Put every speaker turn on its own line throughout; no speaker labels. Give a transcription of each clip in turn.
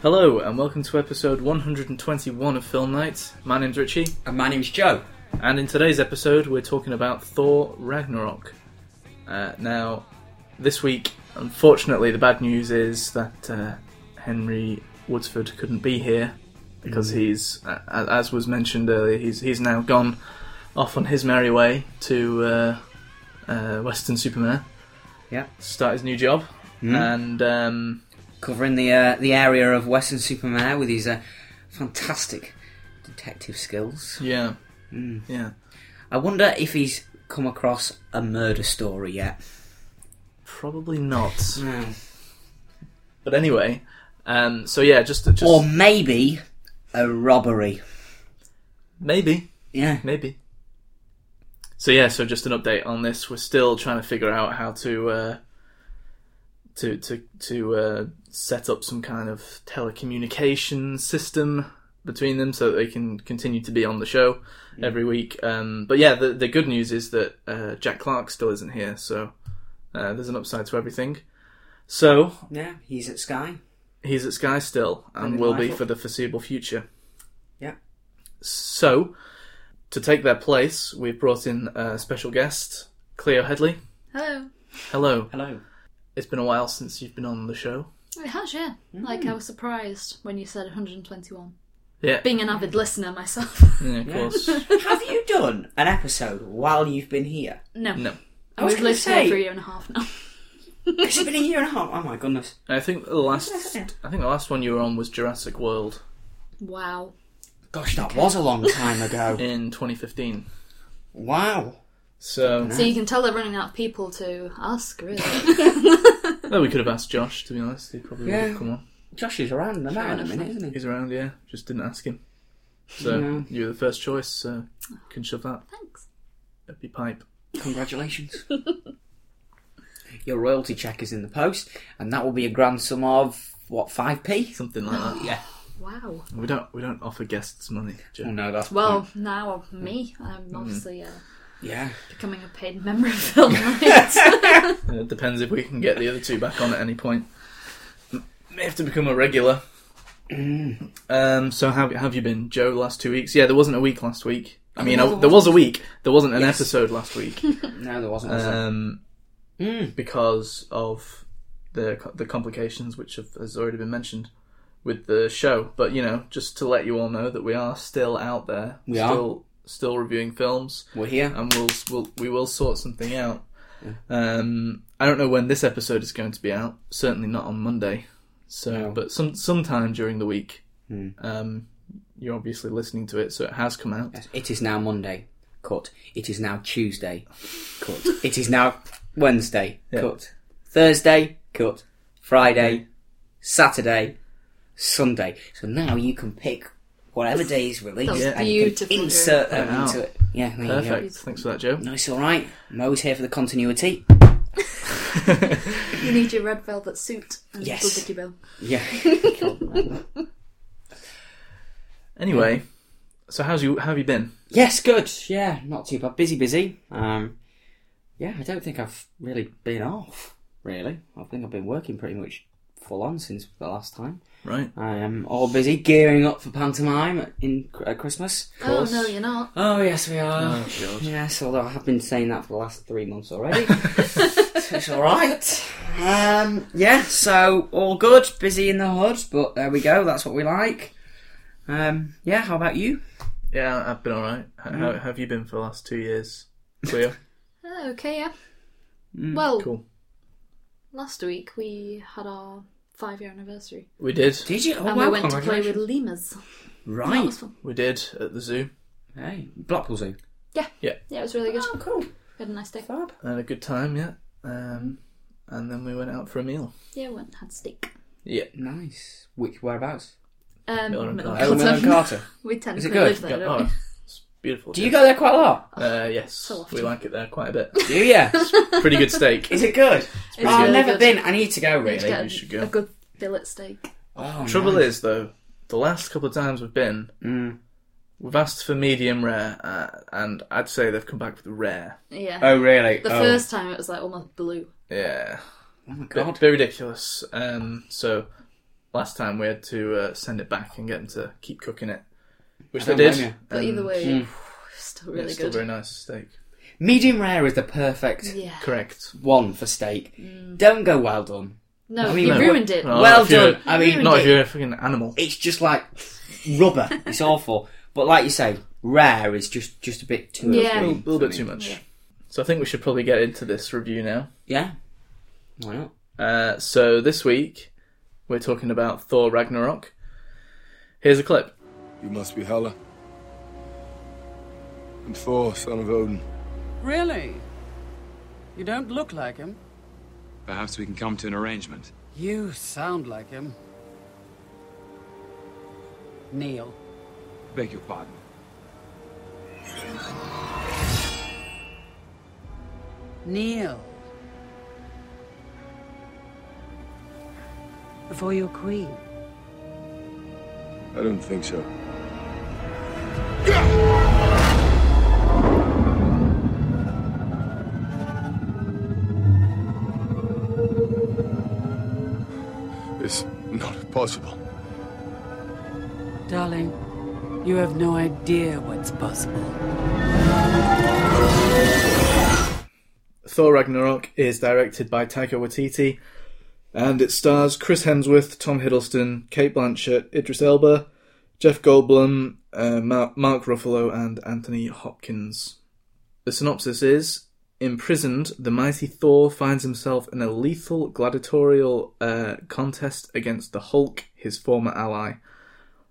Hello, and welcome to episode 121 of Film Night. My name's Richie,
And my name's Joe.
and in today's episode, we're talking about Thor Ragnarok. Uh, now, this week, unfortunately, the bad news is that uh, Henry Woodsford couldn't be here because he's, uh, as was mentioned earlier, he's, he's now gone off on his merry way to uh, uh, Western Supermare.
Yeah. Mm.
Start his new job,
Hmm?
and um,
uh, Covering the uh, the area of Western Supermare with his uh, fantastic detective skills.
yeah, yeah.
I wonder if he's come across a murder story yet.
Probably not.
Hmm.
But anyway, um, so yeah, just just
Or maybe a robbery.
maybe,
Yeah.
maybe. So yeah, so just an update on this. We're still trying to figure out how to uh, to to to uh, set up some kind of telecommunication system between them so that they can continue to be on the show every week. Um, but yeah, the the good news is that uh, Jack Clark still isn't here, so uh, there's an upside to everything. So
Yeah, he's at Sky.
He's at Sky still and
Brendan
will be
Michael.
for the foreseeable future.
Yeah.
So, to take their place, we've brought in a special guest, Cleo Headley.
Hello.
Hello.
Hello.
It's been a while since you've been on the show.
It has, yeah.
Mm.
Like, I was surprised when you said 121.
Yeah.
Being an
Mm.
avid listener myself.
yeah of course.
Have you done an episode while you've been here?
no.
no.
I
I was
We've
gonna
lived here
say-
for a year and a half now.
It's been a year and a half. Oh my goodness.
I think the last I think the last one you were on was Jurassic World
wow.
Gosh, that was a long time ago.
in 2015.
wow.
So,
So you can tell they're running out of people to ask, really.
no, we could have asked Josh, to be honest. He probably would
Yeah.
have come on.
Josh is around the man,
enough.
minute, isn't he?
He's around, yeah. Just didn't ask him. So,
No.
you were the first choice, so can shove that
Thanks.
up your pipe.
Congratulations. Your royalty check is in the post, and that will be a grand sum of what five p?
Something like that.
Yeah.
Wow.
We don't we don't offer guests money. Joe.
Oh no, that's
Well, now me.
Mm.
I'm obviously uh,
yeah.
becoming a paid member of Film Night.
Uh, It depends if we can get the other two back on at any point. M- May have to become a regular.
Mm.
um, so how how have you been, Joe? Last two weeks? Yeah, there wasn't a week last week. I mean, I,
there
there was a week. There wasn't an episode last week
No, there wasn't. Hmm, was there?
um, because of the co- the complications which have has already been mentioned with the show. But you know, just to let you all know that we are still out there.
We are.
still still reviewing films
We're here.
and we'll, we'll we will sort something out. Um, I don't know when this episode is going to be out. Certainly not on Monday. So,
No.
but some sometime during the week. Um, you're obviously listening to it, so it has come out.
It is now Monday. Cut. It is now Tuesday. Cut. it is now Wednesday. Cut. Thursday. Cut. Friday. Saturday. Sunday. So now you can pick whatever day is released
That's
and you
beautiful,
can
Drew.
insert them
Wow.
into it. Yeah, there you go.
Perfect. Thanks for that, Joe.
No, it's all right. Mo's here for the continuity.
you need your red velvet suit and
Yes.
your Bill.
Yeah.
Anyway, so how's you? How have you been?
yes, good. Yeah, not too bad. Busy, busy. Um, yeah, I don't think I've really been off. Really, I think I've been working pretty much full on since the last time.
Right.
I am all busy gearing up for pantomime at- in at Christmas.
Oh, no, you're not.
Oh yes, we are.
Oh, God.
Yes, although I have been saying that for the last three months already. So it's all right. Um, yeah, so all good. Busy in the hood, but there we go. That's what we like. Um, yeah, how about you?
Yeah, I've been all right. H- How have you been for the last two years? Cleo?
Oh, okay, yeah.
Mm,
well,
cool.
last week we had our five year anniversary.
We did.
Did you? Oh,
And
wow,
we went to play with
congratulations.
lemurs. That
right.
was fun.
We did at the zoo.
Hey, Blackpool Zoo. Oh,
Yeah.
Yeah.
Yeah, it was really good.
cool.
We had a nice day.
Fab.
Had a good time. Yeah. Um, and then we went out for a meal.
Yeah, went and had steak.
Yeah.
Nice. Which whereabouts?
Um,
Miller and
Miller
Carter.
Oh, Mel and
Carter.
Carter.
we tend
Is
to
it good?
live there,
Yeah,
don't we?
oh, it's beautiful.
Do you go there quite a lot?
Uh, yes, we
often.
like it there quite a bit.
Do you?
Pretty good steak.
Is it good?
It's
I've
really
never
good.
been. I need to go.
We need to
Really.
get
you should go.
A good fillet steak.
Oh, Mm.
Trouble is though, the last couple of times we've been, we've asked for medium rare, uh, and I'd say they've come back with rare.
Yeah.
Oh really?
the
oh.
first time it was like almost blue.
Yeah,
Oh my god.
bit, bit ridiculous. Um, so last time we had to uh, send it back and get them to keep cooking it, which
I
they did.
don't blame you.
But either
and
way,
Mm.
still
it's
really
still
good.
very nice steak.
Medium rare is the perfect
Yeah. Mm.
Correct.
one for steak. Don't go well done.
No,
I mean,
you
no.
ruined it.
Well,
well
if you're-
done. I mean,
Not if you're a fucking animal.
it's just like rubber. it's awful. But like you say, rare is just just a bit too.
Yeah.
A
overly
little, little
for
bit
me.
too much.
Yeah.
So I think we should probably get into this review now.
Yeah. Why not?
Uh, so this week we're talking about Thor Ragnarok. Here's a clip.
You must be Hela. And Thor, son of Odin.
Really? You don't look like him.
Perhaps we can come to an arrangement.
You sound like him. Neil.
Beg your pardon.
Neil. For your queen.
I don't think so. It's not possible.
Darling, you have no idea what's possible.
Thor Ragnarok is directed by Taika Waititi, and it stars Chris Hemsworth, Tom Hiddleston, Kate Blanchett, Idris Elba, Jeff Goldblum, uh, Mark, Mark Ruffalo, and Anthony Hopkins. The synopsis is: Imprisoned, the mighty Thor finds himself in a lethal gladiatorial uh, contest against the Hulk, his former ally.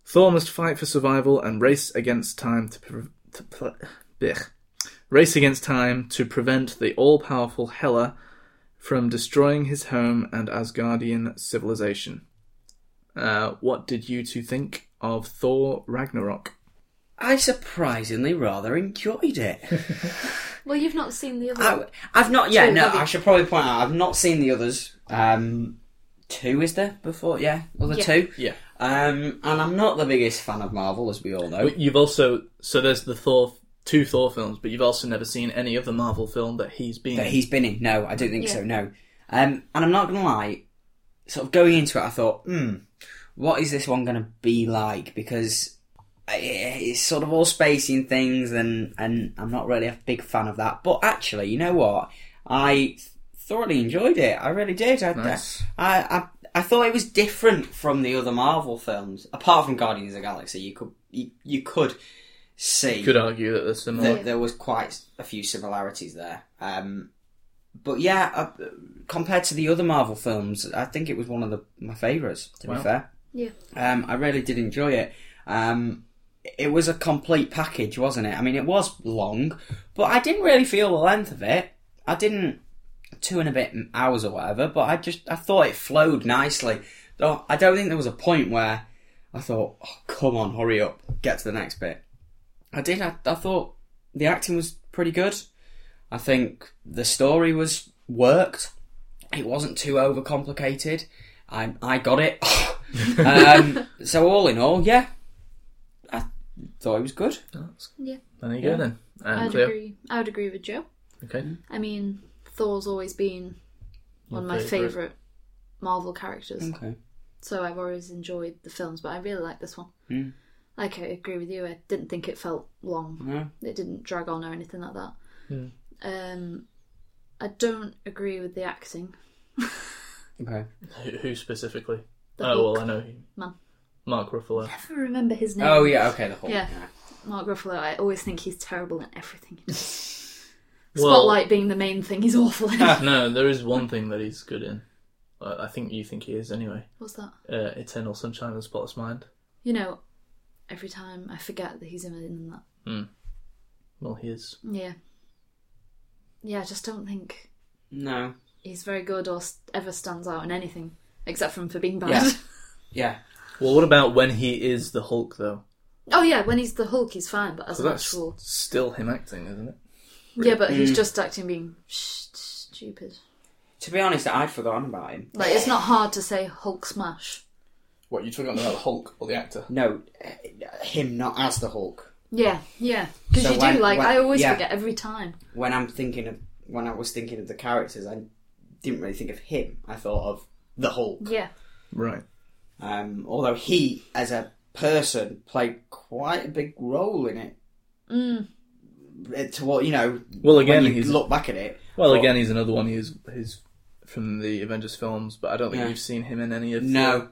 Thor must fight for survival and race against time to. Pre- to pl- blech race against time to prevent the all powerful Hela from destroying his home and Asgardian civilization. Uh, what did you two think of Thor Ragnarok?
I surprisingly rather enjoyed it.
Well, you've not seen the other.
I,
one.
I've not. Yeah,
Two,
no.
have you?
I should probably point out I've not seen the others. Um, two is there before? Yeah, other
Yeah.
two.
Yeah.
Um, and I'm not the biggest fan of Marvel, as we all know.
You've also so there's the Thor two Thor films, but you've also never seen any other Marvel film that he's been.
That he's been in. No, I don't think
Yeah.
so. No. Um, and I'm not gonna lie. Sort of going into it, I thought, hmm, what is this one gonna be like? Because i- it's sort of all spacey and things, and and I'm not really a big fan of that. But actually, you know what? I thoroughly enjoyed it. I really did. I,
Nice.
I, I I thought it was different from the other Marvel films, apart from Guardians of the Galaxy. You could you, you could see
You could argue that there's similar.
there, there was quite a few similarities there. Um, but yeah, uh, compared to the other Marvel films, I think it was one of the, my favourites. To
Wow.
be fair,
Yeah.
um, I really did enjoy it. Um, it was a complete package, wasn't it? I mean, it was long, but I didn't really feel the length of it. I didn't two and a bit hours or whatever, but I just I thought it flowed nicely. Though I don't think there was a point where I thought, oh, "Come on, hurry up, get to the next bit." I did. I, I thought the acting was pretty good. I think the story was worked. It wasn't too overcomplicated. I I got it. um, so all in all, yeah, I thought it was good.
Yeah. Mm-hmm.
There you go then. Um,
I'd
Cleo?
agree. I would agree with Joe.
Okay.
I mean, Thor's always been one of my
favourite.
favourite Marvel characters,
Okay.
so I've always enjoyed the films. But I really like this one.
Mm.
Like I agree with you. I didn't think it felt long.
No.
It didn't drag on or anything like that. Um, I don't agree with the acting.
Okay.
Who, who specifically?
The
oh
Hulk
well, I know. who-
man.
Mark Ruffalo.
I never remember his name.
Oh yeah. Okay. The whole.
Yeah. Mark Ruffalo. I always think he's terrible in everything. he does.
Well-
Spotlight being the main thing, he's awful in.
no, there is one thing that he's good in. Uh, I think you think he is anyway.
What's that?
Uh, Eternal Sunshine of the Spotless Mind.
You know, every time I forget that he's in it and that.
Well, he is.
Yeah. Yeah, I just don't think
No.
he's very good or s- ever stands out in anything, except from for being bad.
Yeah. Yeah.
Well, what about when he is the Hulk though?
oh yeah, when he's the Hulk, he's fine, but as
So
an
that's Mm.
actual,
still him acting, isn't it?
yeah, but he's just acting being sh- stupid.
To be honest, I'd forgotten about him.
Like it's not hard to say Hulk smash.
What you've forgotten about the Hulk or the actor?
No, uh, him not as the Hulk.
Yeah, yeah, because
So
you
when-
do like
when-
I always
yeah.
forget every time.
When I'm thinking of when I was thinking of the characters, I didn't really think of him. I thought of the Hulk.
Yeah,
Right.
Um, although he, as a person, played quite a big role in it. Mm. To what you know,
Well,
when
again,
you
he's
look back at it.
well,
but-
again, he's another one who's who's from the Avengers films, but I don't think
Yeah.
we've seen him in any of
No,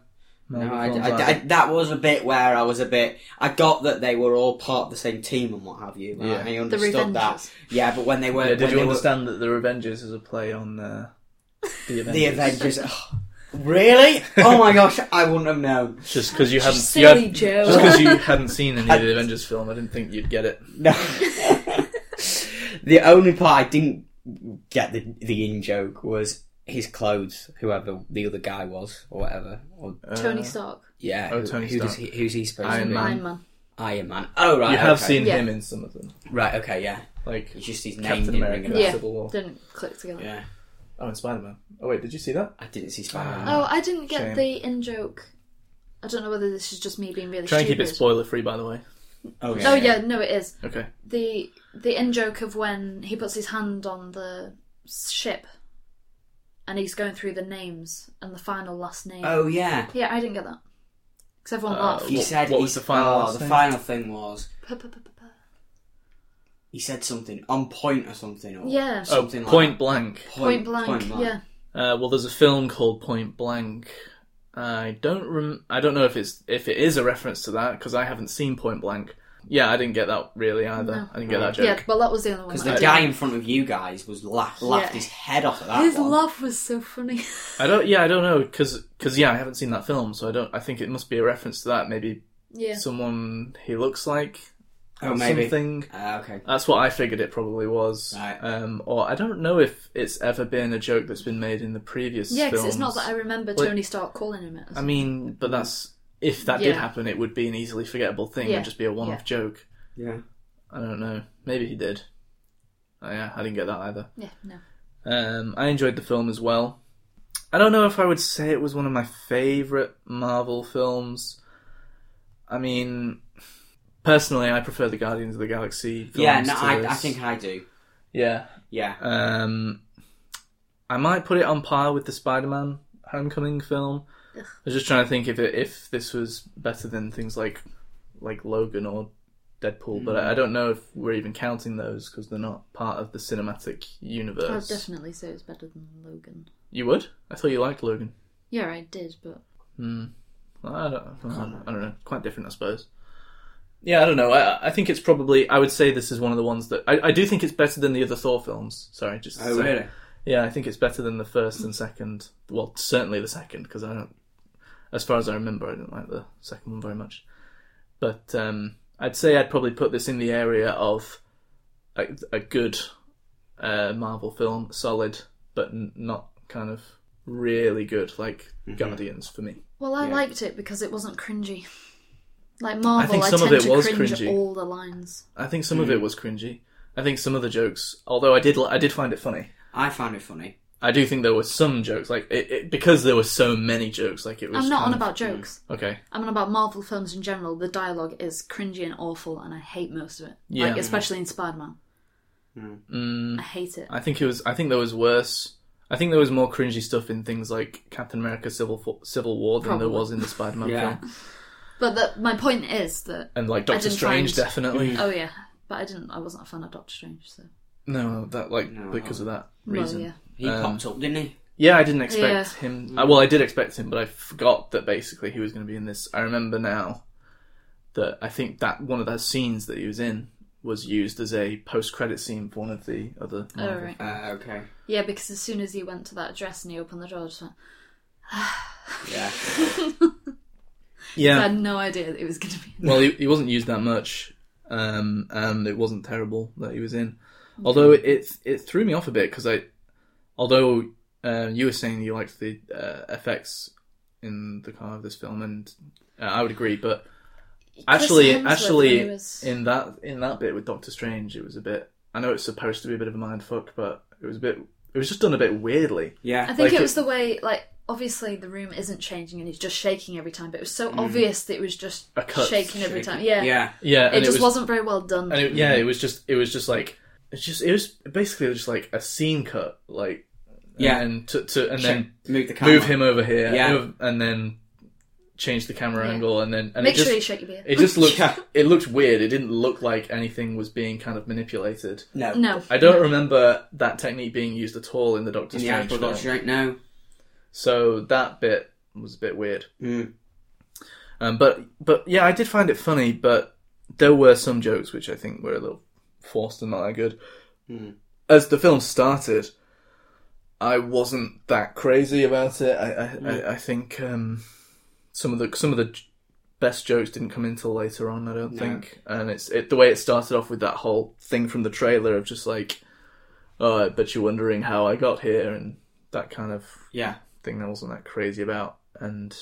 the
no,
Marvel
I,
films
I-
either.
I- that was a bit where I was a bit. I got that they were all part of the same team and what have you. and
Yeah.
I
The
understood that.
Revengers.
Yeah, but when they were,
Yeah,
when
did you
they were-
understand that the Avengers is a play on uh, the Avengers?
the Avengers? oh, really? Oh my gosh, I wouldn't have known.
Just because you hadn't, you
Silly
had-
Joe.
just because you hadn't seen any of the Avengers film, I didn't think you'd get it.
No. the only part I didn't get the the in joke was his clothes. Whoever the other guy was, or whatever, or
Uh,
Tony Stark,
yeah,
oh,
who-
Tony
who does
Stark.
he- who's he supposed
Iron
to be?
Man.
Iron Man.
Iron Man. Oh right,
You have
okay.
seen
Yeah.
him in some of them,
right. Okay, yeah.
like
It's just his name
Captain
didn't ring a
America,
bell.
Yeah.
Civil War.
Didn't click together.
Yeah,
Oh, and Spider Man. Oh wait, did you see that?
I didn't see Spider Man.
Oh, I didn't get
Shame.
the in joke. I don't know whether this is just me being really
Try and
stupid.
keep it spoiler free, by the way.
Oh,
Oh yeah, no, it is
Okay.
the the in joke of when he puts his hand on the ship, and he's going through the names and the final last name.
Oh yeah.
Yeah, I didn't get that because everyone
Uh,
laughed.
He
What-
said
what
he-
was the final
oh,
last
the
thing?
final thing was
P-p-p-p-p.
he said something on point or something or
Yeah.
Oh,
something like
Point
that.
Blank.
Point blank. Yeah,
Uh, well, there's a film called Point Blank. I don't rem- I don't know if it's if it is a reference to that because I haven't seen Point Blank. Yeah, I didn't get that really either.
No.
I didn't get that joke.
yeah. Well, that was the only one.
Because
that
the guy
I
in front of you guys was laugh, laughed
Yeah.
his head off at that
didn't- His
one.
laugh was so funny.
I don't. Yeah, I don't know because yeah, I haven't seen that film, so I don't. I think it must be a reference to that. Maybe
yeah.
someone he looks like
oh
or
maybe.
something.
Ah, okay.
That's what I figured it probably was.
Right.
Um, or I don't know if it's ever been a joke that's been made in the previous.
Yeah, because
films.
it's not that I remember
Well-
Tony Stark calling him it.
I mean, but that's if that did
Yeah.
happen, it would be an easily forgettable thing
Yeah.
and just be a one-off
Yeah.
joke.
Yeah.
I don't know. Maybe he did. Oh, yeah, I didn't get that either.
yeah, no.
Um, I enjoyed the film as well. I don't know if I would say it was one of my favourite Marvel films. I mean, personally, I prefer the Guardians of the Galaxy. Films
Yeah. No,
to
I, I
this.
think I do.
Yeah,
Yeah.
um, I might put it on par with the Spider-Man Homecoming film. I was just trying to think if it, if this was better than things like like Logan or Deadpool, but I, I don't know if we're even counting those because they're not part of the cinematic
I
universe.
would definitely say it's better than Logan.
You would? I thought you liked Logan.
Yeah, I did, but
I don't, I don't, I don't know. Quite different, I suppose. Yeah, I don't know. I, I think it's probably. I would say this is one of the ones that I, I do think it's better than the other Thor films. Sorry, just to
Oh
say.
really?
Yeah, I think it's better than the first and second. Well, certainly the second because I don't. As far as I remember, I didn't like the second one very much. But um, I'd say I'd probably put this in the area of a, a good uh, Marvel film, solid, but n- not kind of really good like Guardians for me.
well, I liked it because it wasn't cringy. Like Marvel, I,
think some of
tend
it
to
was
cringe
cringy.
all the lines.
I think some of it was cringy. I think some of the jokes, although I did li- I did find it funny.
I found it funny.
I do think there were some jokes like it, it because there were so many jokes like it was.
I'm not on
kind of- mm.
about jokes.
okay.
I'm on about Marvel films in general. The dialogue is cringy and awful, and I hate most of it.
Yeah. Mm.
Like, especially in Spider-Man. I hate it.
I think it was. I think there was worse. I think there was more cringy stuff in things like Captain America: Civil Fo- Civil War than there
Probably.
was in the Spider-Man
Yeah.
film,
But the, my point is that.
and like Doctor
didn't
Strange,
find-
definitely.
Mm.
Oh yeah, but I didn't. I wasn't a fan of Doctor Strange, so.
No, that like
No,
because of that
Well,
reason.
yeah.
He popped up, didn't he?
Yeah, I didn't expect
Yeah.
him. uh, Well, I did expect him, but I forgot that basically he was going to be in this. I remember now that I think that one of those scenes that he was in was used as a post-credit scene for one of the other.
Oh,
Marvel
right.
Uh, okay.
Yeah, because as soon as he went to that address and he opened the door, I just went,
Yeah.
I
Yeah.
had no idea that it was going to be.
Well, he, he wasn't used that much, um, and it wasn't terrible that he was in. Although it it, it threw me off a bit because I, although uh, you were saying you liked the uh, effects in the car of this film, and uh, I would agree, but actually,
Hemsworth
actually,
when he was-
in that in that bit with Doctor Strange, it was a bit. I know it's supposed to be a bit of a mind fuck, but it was a bit. It was just done a bit weirdly.
I
Yeah.
think
Like
it
it-
was the way, like, obviously the room isn't changing and he's just shaking every time, but it was so obvious that it was just
A cut.
shaking every time. Yeah.
Yeah.
Mm. Yeah,
It just wasn't very well done.
And it, yeah, it was just it was just like it's just it was basically just like a scene cut, like
Yeah.
and to, to and then
Move the camera.
move him over here,
Yeah.
move- and then change the camera
Yeah.
angle, and then and
Make
it just,
sure you shake your beer.
It just looked it looked weird. It didn't look like anything was being kind of manipulated.
No.
no.
I don't remember that technique being used at all in the Doctor
In the
Strange
actual
film.
Doctor Strange, no.
So that bit was a bit weird.
Mm.
Um, but but yeah, I did find it funny, but there were some jokes which I think were a little forced and not that good. As the film started, I wasn't that crazy about it. I I, I, I think um, some of the some of the j- best jokes didn't come in till later on. I don't think, and it's it the way it started off with that whole thing from the trailer of just like, oh, I bet you're wondering how I got here and that kind of
Yeah.
thing I wasn't that crazy about, and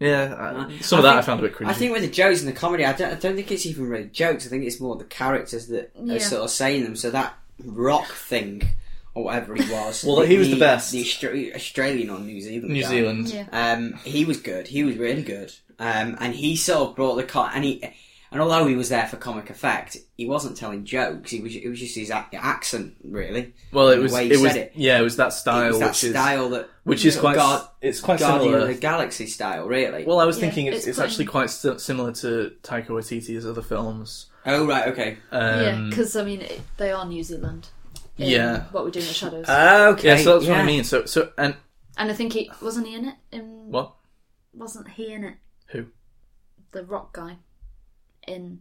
yeah, I,
Uh,
some of that
I think-
I found a bit cringy.
I think with the jokes and the comedy, I don't, I don't think it's even really jokes. I think it's more the characters that
Yeah.
are sort of saying them. So that rock thing, or whatever he was.
Well, he was the best.
The Austra- Australian or New Zealand.
New
guy.
Zealand,
Yeah.
Um, he was good. He was really good. Um, and he sort of brought the co- and he and although he was there for comic effect, he wasn't telling jokes. He was it was just his ac- accent really.
well, it
The
was
way
it
he
was
said it.
yeah, it was that style,
It was that
which is
style that
which is
you know,
quite
Guard-
it's quite
Guardian
similar.
of the Galaxy style, really.
well, I was
Yeah,
thinking it's,
it's
it's,
quite-
actually quite si- similar to Taika Waititi's other films.
oh right, okay.
yeah,
Um,
because I mean it, they are New Zealand. in
Yeah. Uh,
what we do in the shadows.
Okay.
yeah, so that's what I mean. So so and
and I think he wasn't he in it. In
what?
wasn't he in it?
Who?
The rock guy. In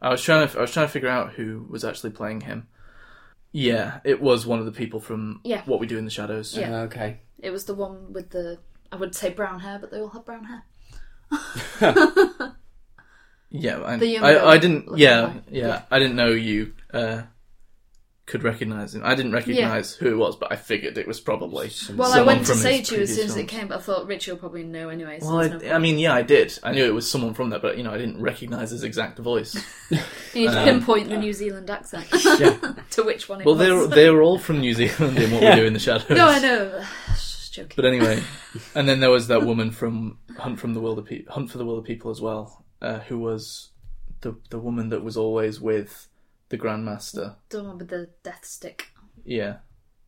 I was trying to I was trying to figure out who was actually playing him. Yeah, it was one of the people from
Yeah.
What We Do in the Shadows.
Yeah.
Okay.
it was the one with the I would say brown hair, but they all have brown hair.
Yeah, I,
The young girl
I, I didn't.
looking
Yeah,
guy.
yeah,
Yeah.
I didn't know you uh, could recognize him. I didn't recognize who it was, but I figured it was probably.
Well, I
someone
went to
from
say
his
to you as soon
previous
as
films.
it came, but I thought Richie will probably know anyway. So
Well,
there's no
I, I
problem.
mean, yeah, I did. I knew it was someone from there, but you know, I didn't recognize his exact voice.
you need to pinpoint the New Zealand accent to which one it
uh, Well,
was.
they're they're all from New Zealand in what we do in the shadows.
No, I know. Just joking.
But uh, anyway, and then there was that woman from Hunt from the Wilder Pe- Hunt for the Wilder People as well, uh, who was the the woman that was always with the Grandmaster.
the one with the death stick.
Yeah.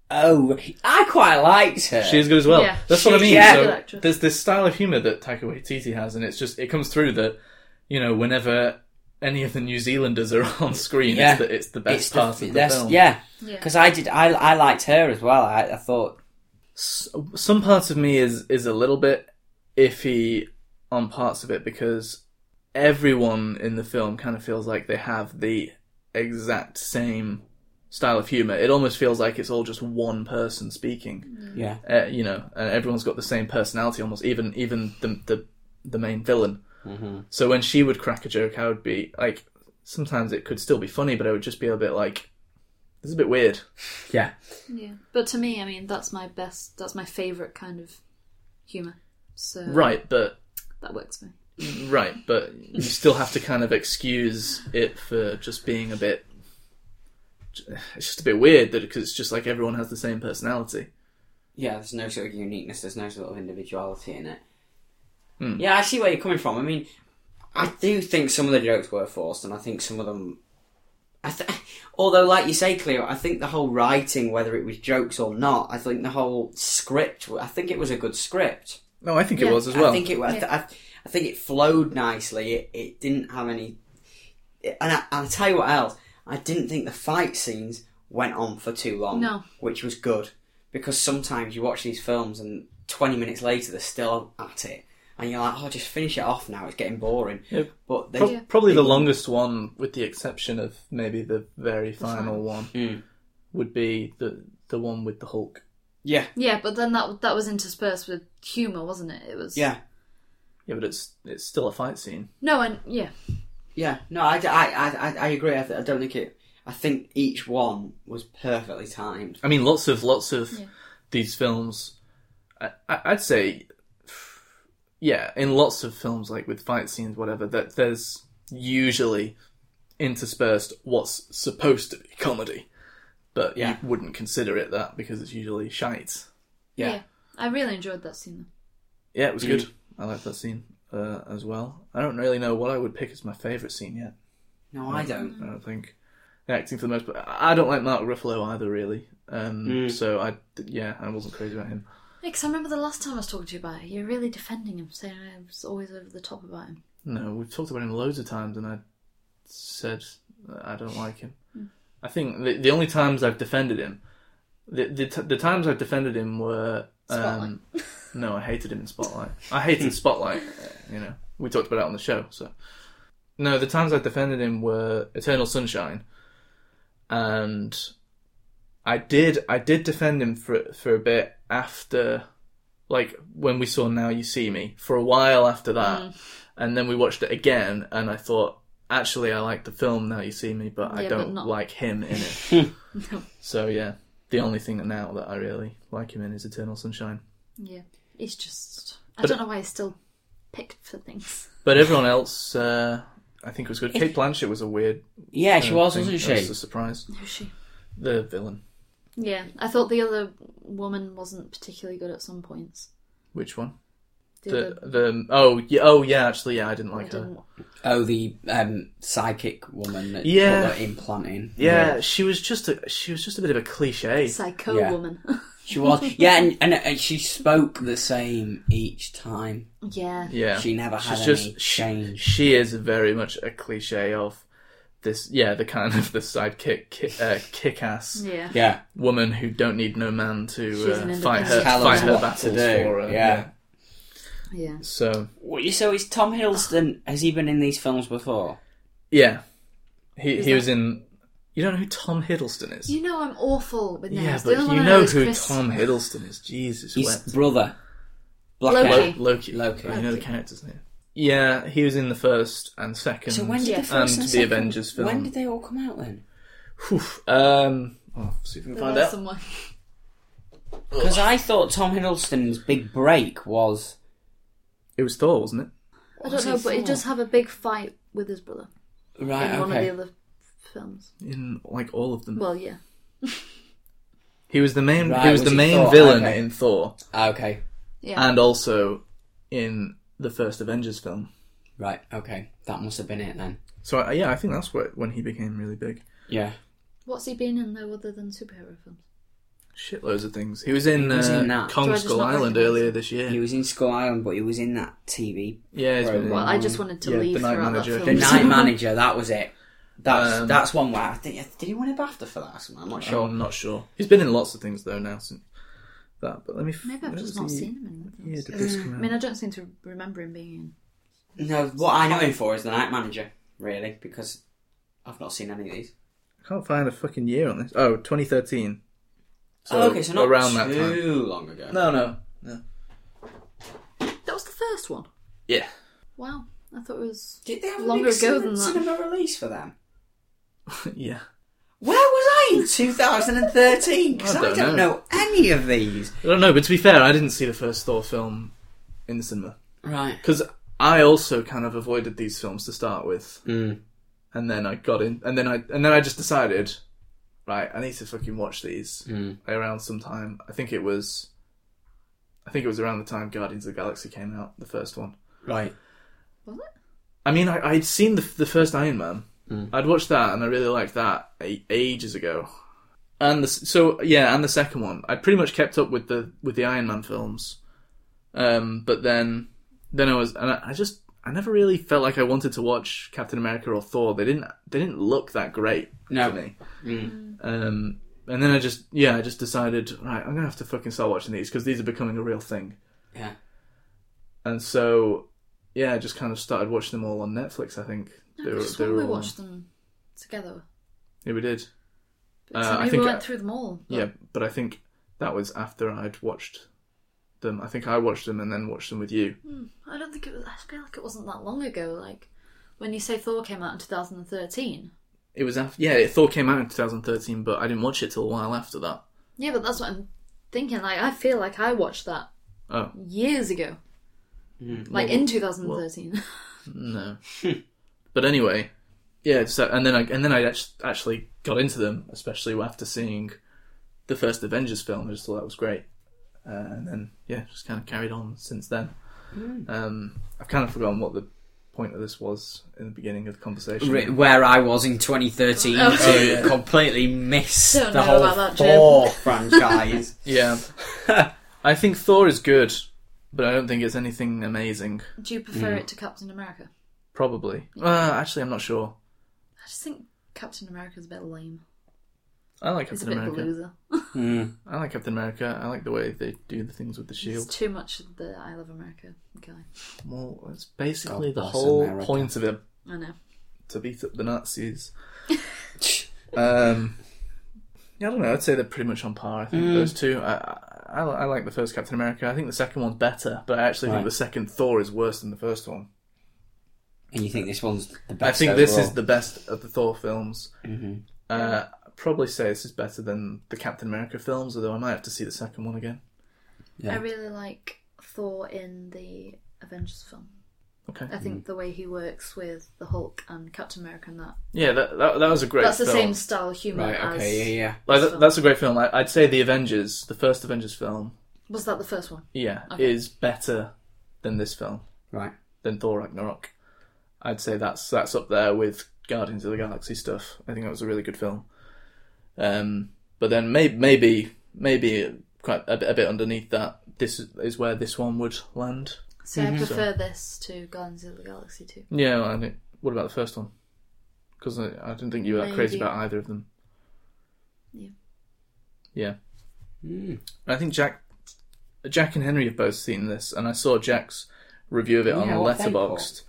Oh, I quite liked her.
She is good as well.
Yeah.
That's what I
She-
mean.
yeah.
Good
So
actress.
there's this style of humor that Taika Waititi has, and it's just it comes through that you know whenever any of the New Zealanders are on screen,
Yeah.
it's, the, it's the best
It's the-
part of the
that's-
film.
Yeah,
Yeah.
because I did. I I liked her as well. I, I thought.
S- Some parts of me is is a little bit iffy on parts of it because everyone in the film kind of feels like they have the exact same style of humor. It almost feels like it's all just one person speaking.
Yeah.
uh, you know, and everyone's got the same personality almost. Even even the the, the main villain. So when she would crack a joke, I would be like, sometimes it could still be funny, but I would just be a bit like, this is a bit weird.
Yeah.
Yeah. But to me, I mean, that's my best, that's my favourite kind of humour. So
Right, but
that works for me.
right, but you still have to kind of excuse it for just being a bit. It's just a bit weird that because it's just like everyone has the same personality.
Yeah. There's no sort of uniqueness. There's no sort of individuality in it.
Hmm.
Yeah, I see where you're coming from. I mean, I do think some of the jokes were forced, and I think some of them. I th- although, like you say, Cleo, I think the whole writing, whether it was jokes or not, I think the whole script. I think it was a good script.
No, I think
Yeah,
it was as well.
I think it. I, th- I, I think it flowed nicely. It, it didn't have any. it- and I, I'll tell you what else. I didn't think the fight scenes went on for too long.
No.
which was good because sometimes you watch these films and twenty minutes later they're still at it, and you're like, oh, just finish it off now. It's getting boring.
Yep.
But they,
Pro- Probably the longest one, with the exception of maybe the very final
final.
one,
Mm.
would be the the one with the Hulk.
Yeah,
Yeah, but then that that was interspersed with humour, wasn't it? It was.
yeah,
Yeah, but it's it's still a fight scene.
No, and yeah,
yeah. No, I, I, I, I- I agree. I, th- I don't think it. I think each one was perfectly timed.
I mean, lots of lots of these films. I, I- I'd say, yeah, in lots of films, like with fight scenes, whatever, that there's usually interspersed what's supposed to be comedy, but
Yeah.
you wouldn't consider it that because it's usually shite.
yeah.
Yeah.
I really enjoyed that scene.
Yeah, it was good. I liked that scene uh, as well. I don't really know what I would pick as my favourite scene yet.
No, I don't.
I don't think the acting for the most part. I don't like Mark Ruffalo either, really. Um, So I, yeah, I wasn't crazy about him.
though. because I remember the last time I was talking to you about it, you were really defending him, saying I was always over the top about him.
No, we've talked about him loads of times, and I said that I don't like him. I think the, the only times I've defended him, the the, t- the times I've defended him were um, no, I hated him in Spotlight. I hated Spotlight. uh, You know, we talked about it on the show. So no, the times I've defended him were Eternal Sunshine, and I did I did defend him for for a bit after, like when we saw Now You See Me for a while after that
Mm.
and then we watched it again and i thought actually i like the film now you see me but i
Yeah, but
don't
not-
like him in it so yeah the only thing now that i really like him in is eternal sunshine
Yeah, he's just. I
But-
don't know why he's still picked for things.
but everyone else uh, i think was good kate blanchett was a weird
Yeah, she
uh,
was,
thing.
wasn't
That was
she?
a surprise
Who's she?
the villain
Yeah, I thought the other woman wasn't particularly good at some points.
which one
The
the,
other,
the oh yeah oh yeah actually yeah i didn't
I
like her
didn't.
Oh, the um, psychic woman that
Yeah.
put that implant in.
yeah, she was just a she was just a bit of a cliche
Psycho
Yeah.
woman.
She was. Yeah, and, and, and she spoke the same each time.
yeah.
yeah
She never had
She's
any
just she,
change.
she is very much a cliche of this yeah the kind of the sidekick kick, uh, kick-ass
Yeah.
Yeah.
woman who don't need no man to
She's an
uh, fight her
independent- Tell
fight
us
her
what to
battles
do,
for her
yeah.
Yeah.
so
Wait, So is Tom Hiddleston? Has he been in these films before?
yeah he he
that-
was in you don't know who Tom Hiddleston is
You know I'm awful with names.
yeah
The
but
only
you
one I
know
is
who
Chris-
Tom Hiddleston is Jesus
His
wept.
brother, Black
Loki.
Adam.
Loki
Loki.
you know the character's name yeah he was in the first and second
So when did the
Yeah.
first
and
and
the
second-
Avengers film
When did they all come out then?
Oof, um oh, see if we can
There
find
are
out
someone-
Because I thought Tom Hiddleston's big break was
it was Thor wasn't it
I don't know, but he does have a big fight with his brother
right.
in one of
okay.
the other films.
in like all of them.
Well, yeah.
he was the main. he
Right,
was, the
was he
main
Thor?
villain
Okay.
in Thor,
Ah, okay.
Yeah.
and also in the first Avengers film.
Right. Okay. That must have been it then.
So I, yeah, I think that's where, when he became really big.
Yeah.
What's he been in though, other than superhero films?
Shitloads of things. He was in,
He was
uh,
in that.
Kong
Do I just
Skull
not
Island
recognise
earlier
him?
this year.
He was in Skull Island, but he was in that TV.
yeah, he's been in-
Well, I just wanted to
Um, Yeah,
leave
The Night
throughout
Manager.
that
The
film.
He was
Night
in-
Manager. That was it. That's
Um,
that's one where I think did he win a BAFTA for that? or something? I'm not sure.
I'm not
Hmm.
sure. He's been in lots of things though now since that. But let me. f-
Maybe
where
I've just
was
not
he-
seen him in anything
Yeah,
else.
did this come
Uh, I
out?
mean, I don't seem to remember him being in.
No, what I know him for is the night manager, really, because I've not seen any of these.
I can't find a fucking year on this. Oh, 2013. So
oh, okay, so not
around
too
that time.
long ago.
No, no, no.
That was the first one.
Yeah.
Wow, I thought it was.
Did they have
Longer
a big
ago
cin-
than that.
cinema release for them?
yeah.
Where was I in 2013? Because
I
I,
don't
don't
know.
know any of these.
I don't know, but to be fair, I didn't see the first Thor film in the cinema
Right.
because I also kind of avoided these films to start with,
Mm.
and then I got in, and then I and then I just decided, right, I need to fucking watch these around sometime. I think it was, I think it was around the time Guardians of the Galaxy came out, the first one.
Right.
Was it?
I mean, I, I'd seen the, the first Iron Man. I'd watched that, and I really liked that a- ages ago. And the, s- so yeah, and the second one, I pretty much kept up with the with the Iron Man films. Um, but then then I was, and I, I just I never really felt like I wanted to watch Captain America or Thor. They didn't they didn't look that great
No.
to me. Um, and then I just yeah, I just decided right, I'm gonna have to fucking start watching these because these are becoming a real thing.
Yeah.
And so, yeah, I just kind of started watching them all on Netflix. I think they were,
I
they
swear
were
Oh, we
all on-
watched them together.
Yeah, we did.
Because
Uh, I
I knew
think
we
I-
went through them all. but-
Yeah, but I think that was after I'd watched them. I think I watched them and then watched them with you.
I don't think it was. I feel like it wasn't that long ago. Like when you say Thor came out in 2013.
It was after. Yeah, Thor came out in 2013, but I didn't watch it till a while after that.
Yeah, but that's what I'm thinking. Like I feel like I watched that
Oh
years ago.
Mm.
Like in 2013.
no. Hmm. but anyway, yeah. So and then I and then I act- actually got into them, especially after seeing the first Avengers film. I just thought that was great. Uh, and then yeah, just kind of carried on since then.
Hmm.
Um, I've kind of forgotten what the point of this was in the beginning of the conversation.
Re- where I was in 2013
Oh.
to
Oh, yeah.
completely miss
Don't
the
know
whole
about that, Jim.
Thor franchise.
Yeah. I think Thor is good, but I don't think it's anything amazing.
Do you prefer it to Captain America?
Probably. Uh, actually, I'm not sure.
I just think Captain America's a bit lame.
I like
He's a
Captain
bit of a
America.
loser.
I like Captain America. I like the way they do the things with the
It's
shield.
too much of the I Love America guy.
Well, it's basically
God
the
bless
whole
America.
point of it
I know.
to beat up the Nazis. um, yeah, I don't know. I'd say they're pretty much on par. I think
Mm.
those two. I, I, I like the first Captain America. I think the second one's better, but I actually
Right.
think the second Thor is worse than the first one.
And you think this one's the
I
best?
think this is
overall?
the best of the Thor films.
Mm-hmm.
Uh, I'd probably say this is better than the Captain America films, although I might have to see the second one again.
Yeah.
I really like Thor in the Avengers film.
Okay. Mm.
I think the way he works with the Hulk and Captain America and that.
Yeah, that that, that was a great.
That's the
film.
same style of humour
right.
as.
Okay. Yeah. Yeah.
Like, that- that's a great film. I, I'd say the Avengers, the first Avengers film,
Was that the first one?
yeah,
Okay.
is better than this film
Right.
than Thor Ragnarok. I'd say that's that's up there with Guardians of the Galaxy stuff. I think that was a really good film. Um, but then maybe maybe maybe quite a bit, a bit underneath that. This is where this one would land.
So I prefer this to Guardians of the Galaxy 2.
Yeah, well, I mean, what about the first one? Because I, I didn't think you were that crazy
Maybe.
about either of them.
Yeah.
Yeah. And I think Jack, Jack and Henry have both seen this, and I saw Jack's review of it on
Yeah, what they
Letterboxd.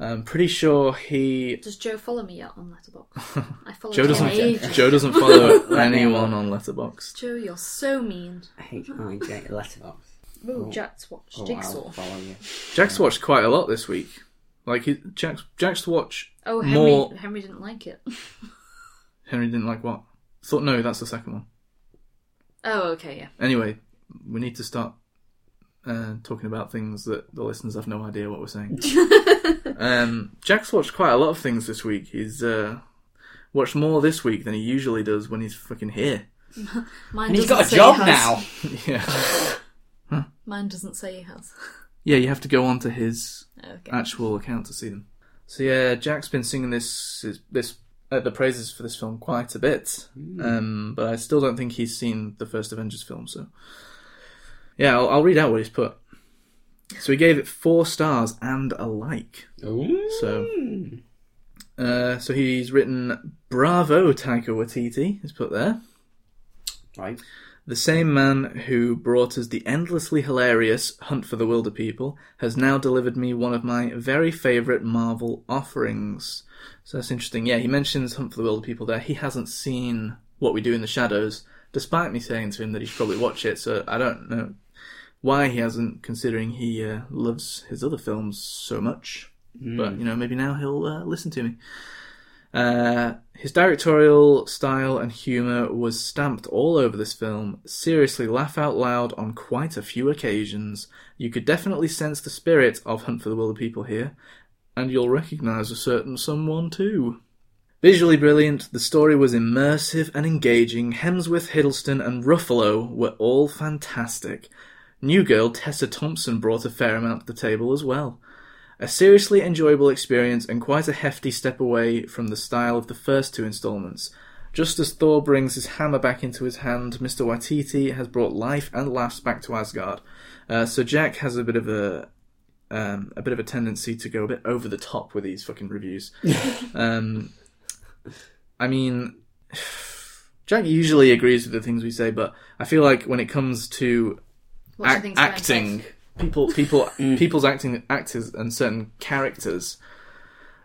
I'm pretty sure he
Does Joe follow me yet on Letterboxd? I follow
Joe
Joe
doesn't
ages.
Joe doesn't follow anyone on Letterboxd.
Joe, you're so mean.
H I J letterbox.
Ooh, Jack's watched
Oh, I'll
Jigsaw.
follow you.
Jack's watched quite a lot this week. Like he, Jack's Jack's watch.
Oh, Henry,
More-
Henry didn't like it.
Henry didn't like what? Thought no, that's the second one.
Oh, okay, yeah.
Anyway, we need to start uh, talking about things that the listeners have no idea what we're saying. um, Jack's watched quite a lot of things this week. He's uh, watched more this week than he usually does when he's fucking here.
Mine
And he's
doesn't
got a
say
job
he has.
now.
yeah,
Mine doesn't say he has.
yeah. You have to go on to his
Okay.
actual account to see them. So yeah, Jack's been singing this this uh, the praises for this film quite a bit, um, but I still don't think he's seen the first Avengers film. So yeah, I'll, I'll read out what he's put. So he gave it four stars and a like. So. Uh, so he's written "Bravo, Taika Waititi" is put there.
Right.
The same man who brought us the endlessly hilarious Hunt for the Wilder People has now delivered me one of my very favourite Marvel offerings. So that's interesting. Yeah, he mentions Hunt for the Wilder People there. He hasn't seen What We Do in the Shadows, despite me saying to him that he should probably watch it, so I don't know why he hasn't, considering he uh, loves his other films so much. But, you know, maybe now he'll uh, listen to me. Uh, his directorial style and humour was stamped all over this film. Seriously, laugh out loud on quite a few occasions. You could definitely sense the spirit of Hunt for the Wilder People here, and you'll recognise a certain someone too. Visually brilliant, the story was immersive and engaging. Hemsworth, Hiddleston, and Ruffalo were all fantastic. New girl Tessa Thompson brought a fair amount to the table as well. A seriously enjoyable experience and quite a hefty step away from the style of the first two installments. Just as Thor brings his hammer back into his hand, Mr. Waititi has brought life and laughs back to Asgard. Uh, so Jack has a bit of a um, a bit of a tendency to go a bit over the top with these fucking reviews. um, I mean, Jack usually agrees with the things we say, but I feel like when it comes to
What do you
Ac-
think's about
acting
himself?
people people
Mm.
people's acting actors and certain characters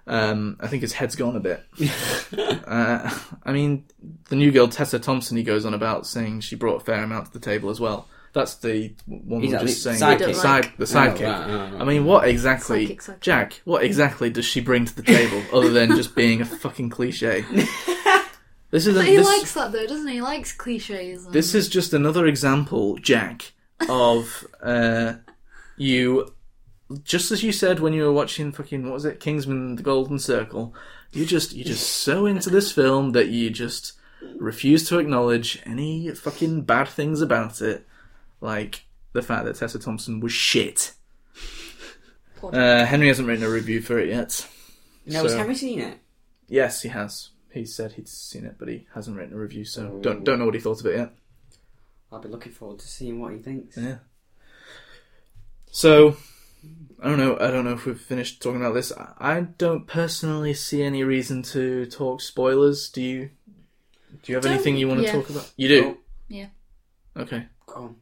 um, I think his head's gone a bit. uh, I mean, the new girl Tessa Thompson. He goes on about saying she brought a fair amount to the table as well. That's the one we
Is
we're
that
just
the
saying.
sidekick?
Side,
Oh,
the sidekick.
right, right, right.
I mean, what exactly,
Sidekick, sidekick.
Jack? What exactly does she bring to the table other than just being a fucking cliche? This is a,
But he
this,
likes that though, doesn't he? He likes cliches. And...
this is just another example, Jack, of uh, you. Just as you said when you were watching fucking what was it, Kingsman: The Golden Circle, you just you're just so into this film that you just refuse to acknowledge any fucking bad things about it, like the fact that Tessa Thompson was shit.
Poor
Uh, Henry hasn't written a review for it yet.
No, has
So-
Henry seen it?
Yes, he has. He said he'd seen it, but he hasn't written a review, so don't don't know what he thought of it yet.
I'll be looking forward to seeing what he thinks.
Yeah. So, I don't know. I don't know if we've finished talking about this. I- I don't personally see any reason to talk spoilers. Do you? Do you have
Don't-
anything you want to
yeah.
talk about? You do.
Yeah.
Okay.
Go on.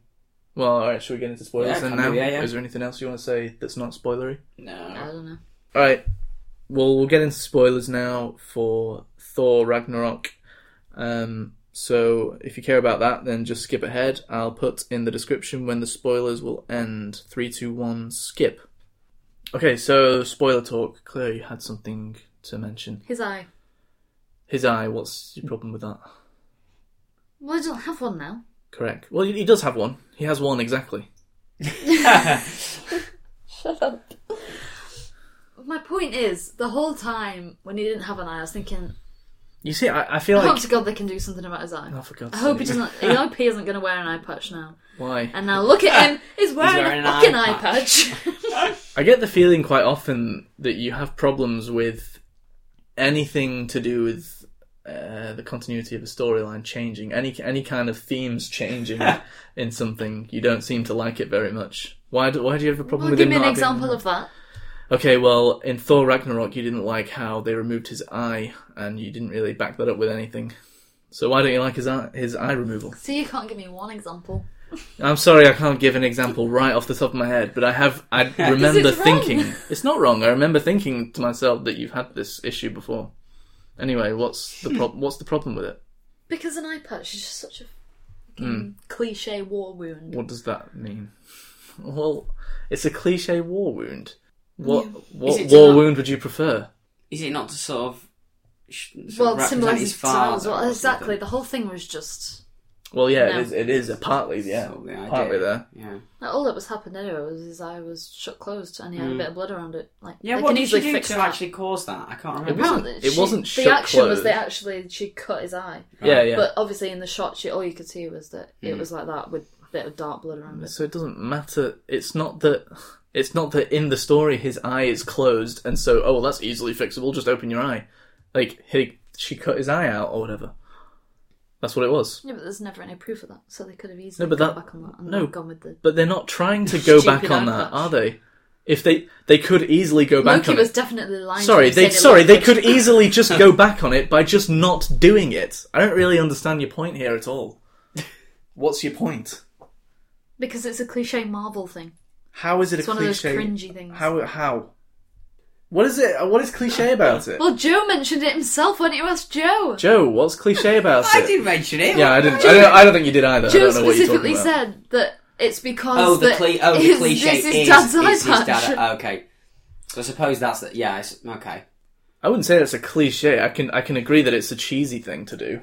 Well, all right. Should we get into spoilers
Yeah,
then?
can
Now,
we? Yeah, yeah.
is there anything else you want to say that's not spoilery?
I
No.
don't know.
All right. Well, we'll get into spoilers now for Thor Ragnarok. Um, so if you care about that, then just skip ahead. I'll put in the description when the spoilers will end. Three, two, one, skip. Okay, so spoiler talk. Claire, you had something to mention.
His eye.
His eye. What's your problem with that?
Well, I don't have one now.
Correct. Well, he he does have one. He has one exactly.
My point is, the whole time when he didn't have an eye, I was thinking,
You see, I, I feel
I hope
like.
to God they can do something about his eye.
Oh, for God's
I hope he
sake.
doesn't. EIP isn't going to wear an eye patch now.
Why?
And now look at him. He's wearing,
wearing
a
an
fucking
eye
eye patch.
I get the feeling quite often that you have problems with anything to do with uh, the continuity of a storyline changing, any any kind of themes changing in something. You don't seem to like it very much. Why do Why do you have a problem
well,
with
give
him
me an
not
example
having...
of that.
Okay, well, in Thor Ragnarok, you didn't like how they removed his eye, and you didn't really back that up with anything. So why don't you like his eye, his eye removal?
See, you can't give me one example.
I'm sorry, I can't give an example right off the top of my head, but I have. I remember
it's wrong.
thinking it's not wrong. I remember thinking to myself that you've had this issue before. Anyway, what's the pro- what's the problem with it?
Because an eye patch is just such a fucking
Hmm.
cliche war wound.
What does that mean? Well, it's a cliche war wound. What
Is
what
it
war
not-
wound would you prefer?
Is it not to sort of. sh- sort of
well,
represent
symbolizes
his
Thanos.
father?
Well,
or
exactly.
something?
The whole thing was just.
Well, yeah,
No.
it is. It is a partly yeah,
Sort of the
partly
idea.
there.
Yeah.
like, all that was happened anyway was his eye was shut closed and he had a bit of blood around it. Like,
Hmm. Yeah,
they
what
can
did she do
easily fix
to
that.
actually cause that? I can't
It
remember.
was-
Apparently,
it wasn't
she,
shut
the action was they
closed.
actually she cut his eye,
Yeah, Mm. yeah.
but obviously in the shot, she all you could see was that it was like that with a bit of dark blood around it.
So it doesn't matter. It's not that. It's not that in the story his eye is closed, and so oh well, that's easily fixable. Just open your eye. Like he, she cut his eye out or whatever. That's what it was.
Yeah, but there's never any proof of that, so they could have easily
No, but
gone
that-
back on that and
no.
not gone with the.
But they're not trying to go back
Stupid
on
eye
that,
patch.
are they? If they they could easily go back
Loki
on
was
it.
definitely lying. to
Sorry,
him,
they
saying it
sorry
looked
they
good.
could easily just go back on it by just not doing it. I don't really understand your point here at all. What's your point? e-
because it's a cliche Marvel thing.
How is it
It's
a
one of those
cliche?
cringy things.
How how? What is it? What is cliche about it?
Well, Joe mentioned it himself. Why don't you ask Joe?
Joe, what's cliche about it?
I did mention it.
Yeah, I didn't. I don't, I don't think you did either. I
Joe
don't know what you're talking
specifically
about.
said that it's because
Oh, the,
that
cle- oh, the
his-
cliche
this is,
is,
dad's eye
is his
patch.
uh,
dad. Okay. So I suppose that's the, yeah. It's, okay.
I wouldn't say that's a cliche. I can I can agree that it's a cheesy thing to do.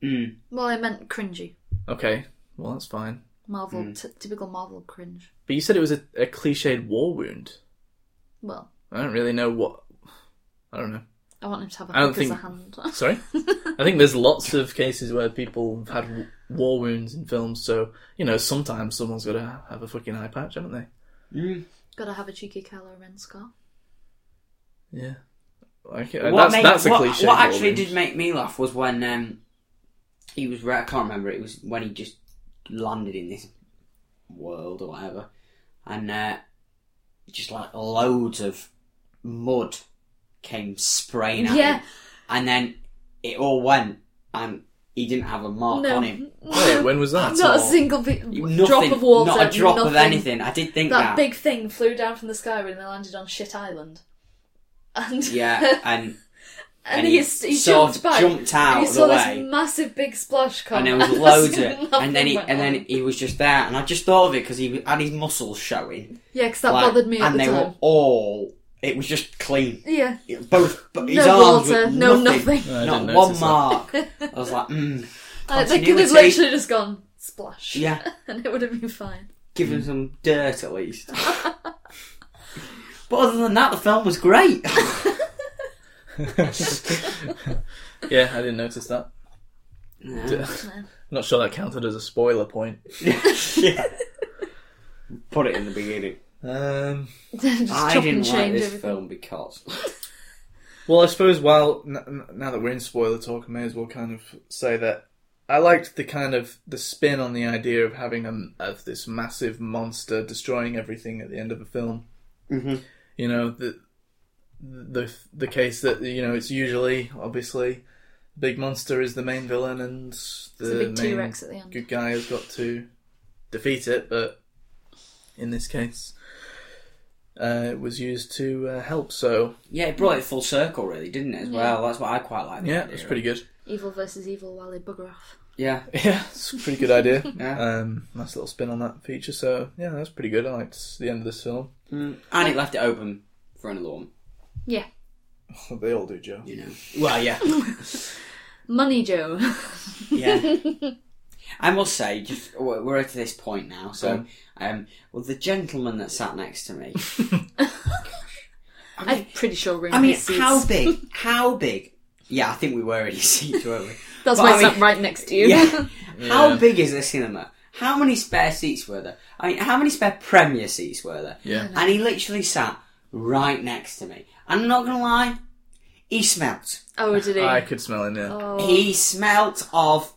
Hmm.
Well, I meant cringy.
Okay, well that's fine.
Marvel,
Mm.
t- typical Marvel cringe.
But you said it was a, a cliched war wound.
Well,
I don't really know what. I don't know.
I want him to have a
I don't
hug as a
think-
hand.
Sorry. I think there's lots of cases where people have had w- war wounds in films. So you know, sometimes someone's got to have a fucking eye patch, haven't they?
Gotta have a cheeky Kylo Ren scar.
Yeah. Like, uh,
what
that's,
made-
that's a
what-
cliche.
What
war
actually
wound.
did make me laugh was when um, he was. re- I can't remember. It was when he just landed in this world or whatever, and uh, just like loads of mud came spraying at
Yeah.
him, and then it all went, and he didn't have a mark
No.
on him.
Wait, when was that?
Not a
all.
single bit,
Nothing,
drop of water.
not a drop of
nothing.
anything. I did think
That
that.
big thing flew down from the sky when they landed on Shit Island. And
Yeah, and
and,
and
he,
he
s- he
sort of
jumped back,
jumped out
and
of
you
the
saw
way.
this massive big splash come,
and there was loads of, and then he and then he was just there, and I just thought of it because he had his muscles showing.
yeah, because that
like,
bothered me at
and
the
they
time.
were all. It was just clean.
Yeah,
It- Both, but his
no
arms
water,
were
no
nothing.
nothing.
I
Not
didn't notice
one
that. Mm.
mark. I was like, mm,
Like, they could have
continuity.
literally just gone splash.
Yeah.
and it would have been fine.
give him some dirt at least. but other than that, the film was great.
Yeah, I didn't notice that. Not sure that counted as a spoiler point.
yeah. Put it in the beginning.
Um,
just
I
chop
didn't
and
like
change
this
everything.
film because
well, I suppose while n- n- now that we're in spoiler talk, I may as well kind of say that I liked the kind of the spin on the idea of having a, of this massive monster destroying everything at the end of a film.
Mhm.
You know the the the case that you know it's usually obviously big monster is the main villain and
a
the
big
main
T-Rex at the end.
good guy has got to defeat it, but in this case, uh, it was used to uh, help. So
Yeah, it brought it full circle, really, didn't it? As well, that's what I quite like.
yeah, it's pretty good.
Evil versus evil while they bugger off.
Yeah,
Yeah, it's a pretty good idea.
Yeah.
Um, nice little spin on that feature. So yeah, that's pretty good. I liked the end of this film.
and it left it open for another one.
Yeah.
They all do, Joe.
You know. Well, yeah,
Money Joe.
yeah. I must say, just we're we're at this point now. So,
Go
um, well, the gentleman that sat next to me.
I'm pretty sure Ring
I mean,
seats.
how big? How big? Yeah, I think we were in his seats, weren't we? But
That's why
I
it's
mean-
not right next to you.
Yeah. How big is the cinema? How many spare seats were there? I mean, how many spare premiere seats were there?
Yeah.
And he literally sat right next to me. I'm not gonna lie, he smelt.
oh, did he?
I could smell him. Yeah.
oh.
He smelt of,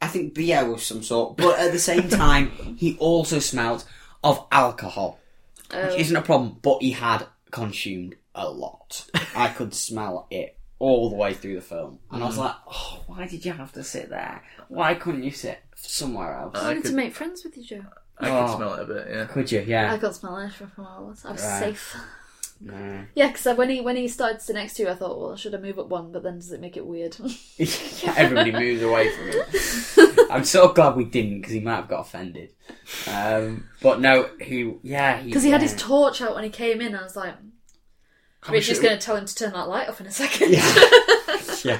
I think, beer of some sort. But at the same time, he also smelt of alcohol,
Oh.
which isn't a problem. But he had consumed a lot. I could smell it all the way through the film, and I was
Mm.
like, "Oh, why did you have to sit there? Why couldn't you sit somewhere else?"
I wanted
could-
to make friends with you, Joe.
I
Oh.
could smell it a bit. Yeah.
could you? Yeah.
I can't smell anything from where I was. I was
Right.
safe.
No.
Yeah, because when he when he started to sit next to you, I thought, well, should I move up one? But then does it make it weird?
Yeah, everybody moves away from it. I'm so glad we didn't because he might have got offended. Um, but no, he yeah
Because he had his torch out when he came in. I was like,
Oh,
Richard's going to tell him to turn that light off in a second.
yeah.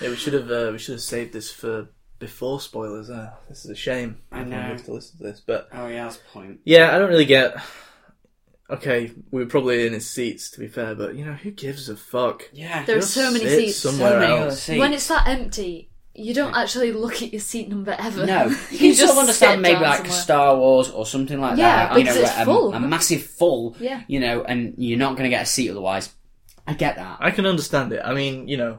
Yeah, we should have uh, we should have saved this for before spoilers. Uh, this is a shame.
I
Everyone
know.
has to listen to this, but
Oh yeah, that's a point.
yeah, I don't really get. Okay, we were probably in his seats to be fair, but you know who gives a fuck?
Yeah.
There are
Just
so many
sit
seats.
So
somewhere
many other
else.
seats.
When it's that empty, you don't actually look at your seat number ever.
no, you can sort
just
of understand
sit
maybe
down
like
somewhere.
Star Wars or something like
Yeah,
that. You
because
know,
it's
um,
full.
a massive full.
Yeah.
You know, and you're not going to get a seat otherwise. I get that.
I can understand it. I mean, you know,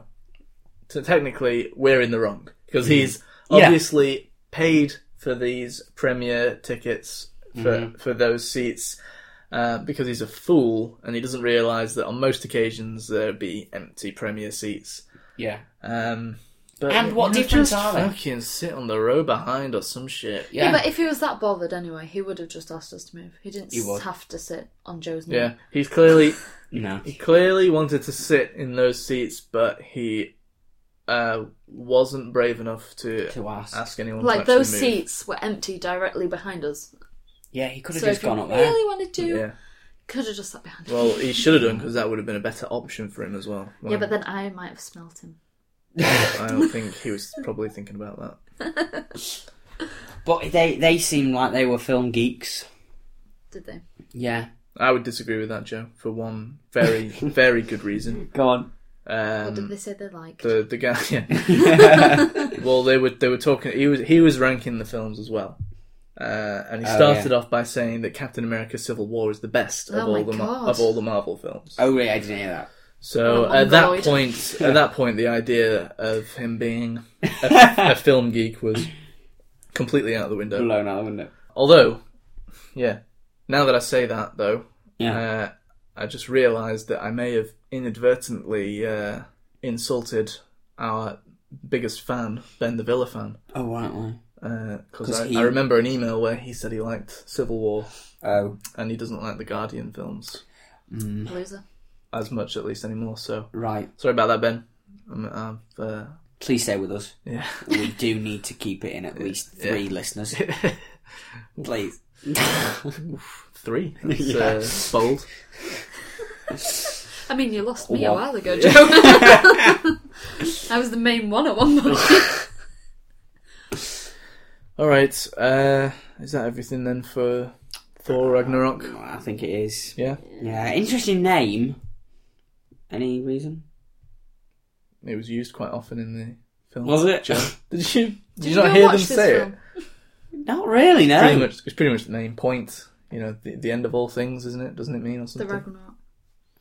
t- technically we're in the wrong because he's
Yeah.
obviously paid for these premiere tickets for for those seats uh, because he's a fool and he doesn't realise that on most occasions there'd be empty premiere seats.
Yeah.
Um, but
And what
you know,
difference
just
are they?
Fucking sit on the row behind or some shit.
Yeah, but if he was that bothered anyway, he would have just asked us to move. He didn't
He would.
have to sit on Joe's knee.
Yeah, he's clearly
no.
He clearly wanted to sit in those seats, but he uh, wasn't brave enough to,
To ask.
anyone. to
Like
actually
those
move.
seats were empty directly behind us.
Yeah, he could have
So
just
if you
gone up there.
really wanted to,
Yeah.
could have just sat behind.
Well, he should have done because that would have been a better option for him as well.
yeah, but then I might have smelt him.
I don't think he was probably thinking about that.
But they they seemed like they were film geeks.
Did they?
Yeah.
I would disagree with that, Joe, for one very, very good reason.
Go on.
Um,
What did they say they liked?
the the guy. Yeah. well, they were they were talking. He was he was ranking the films as well, uh, and he
Oh,
started
yeah.
off by saying that Captain America: Civil War is the best of
Oh,
all
my
the Mar-
God.
of all the Marvel films.
Oh, really? I didn't hear that.
So
Oh,
at that
Mongoloid.
point, at that point, the idea of him being a, a film geek was completely out the window.
Blown out the window.
Although, yeah, now that I say that though,
Yeah.
uh, I just realised that I may have inadvertently uh, insulted our biggest fan, Ben the Villa fan,
oh, right, why?
because
'Cause
I,
he-
I remember an email where he said he liked Civil War
Oh,
and he doesn't like the Guardian films
Loser.
as much, at least anymore. So
right.
sorry about that, Ben. I'm, I've, uh,
Please stay with us.
yeah.
We do need to keep it in at least three listeners. Please.
Three. That's uh, bold.
I mean, you lost me a
Wow.
while ago, Joe. I was the main one at one point.
All right. Uh, is that everything then for Thor Ragnarok?
I think it is.
Yeah.
Yeah, interesting name. Any reason?
It was used quite often in the film.
Was it?
Joe? Did you? Did, you
go
not hear them
watch this
say it?
film?
Not really, no.
Pretty much. It's pretty much the main point. You know, the, the end of all things, isn't it? Doesn't it mean or
The
something?
Ragnarok.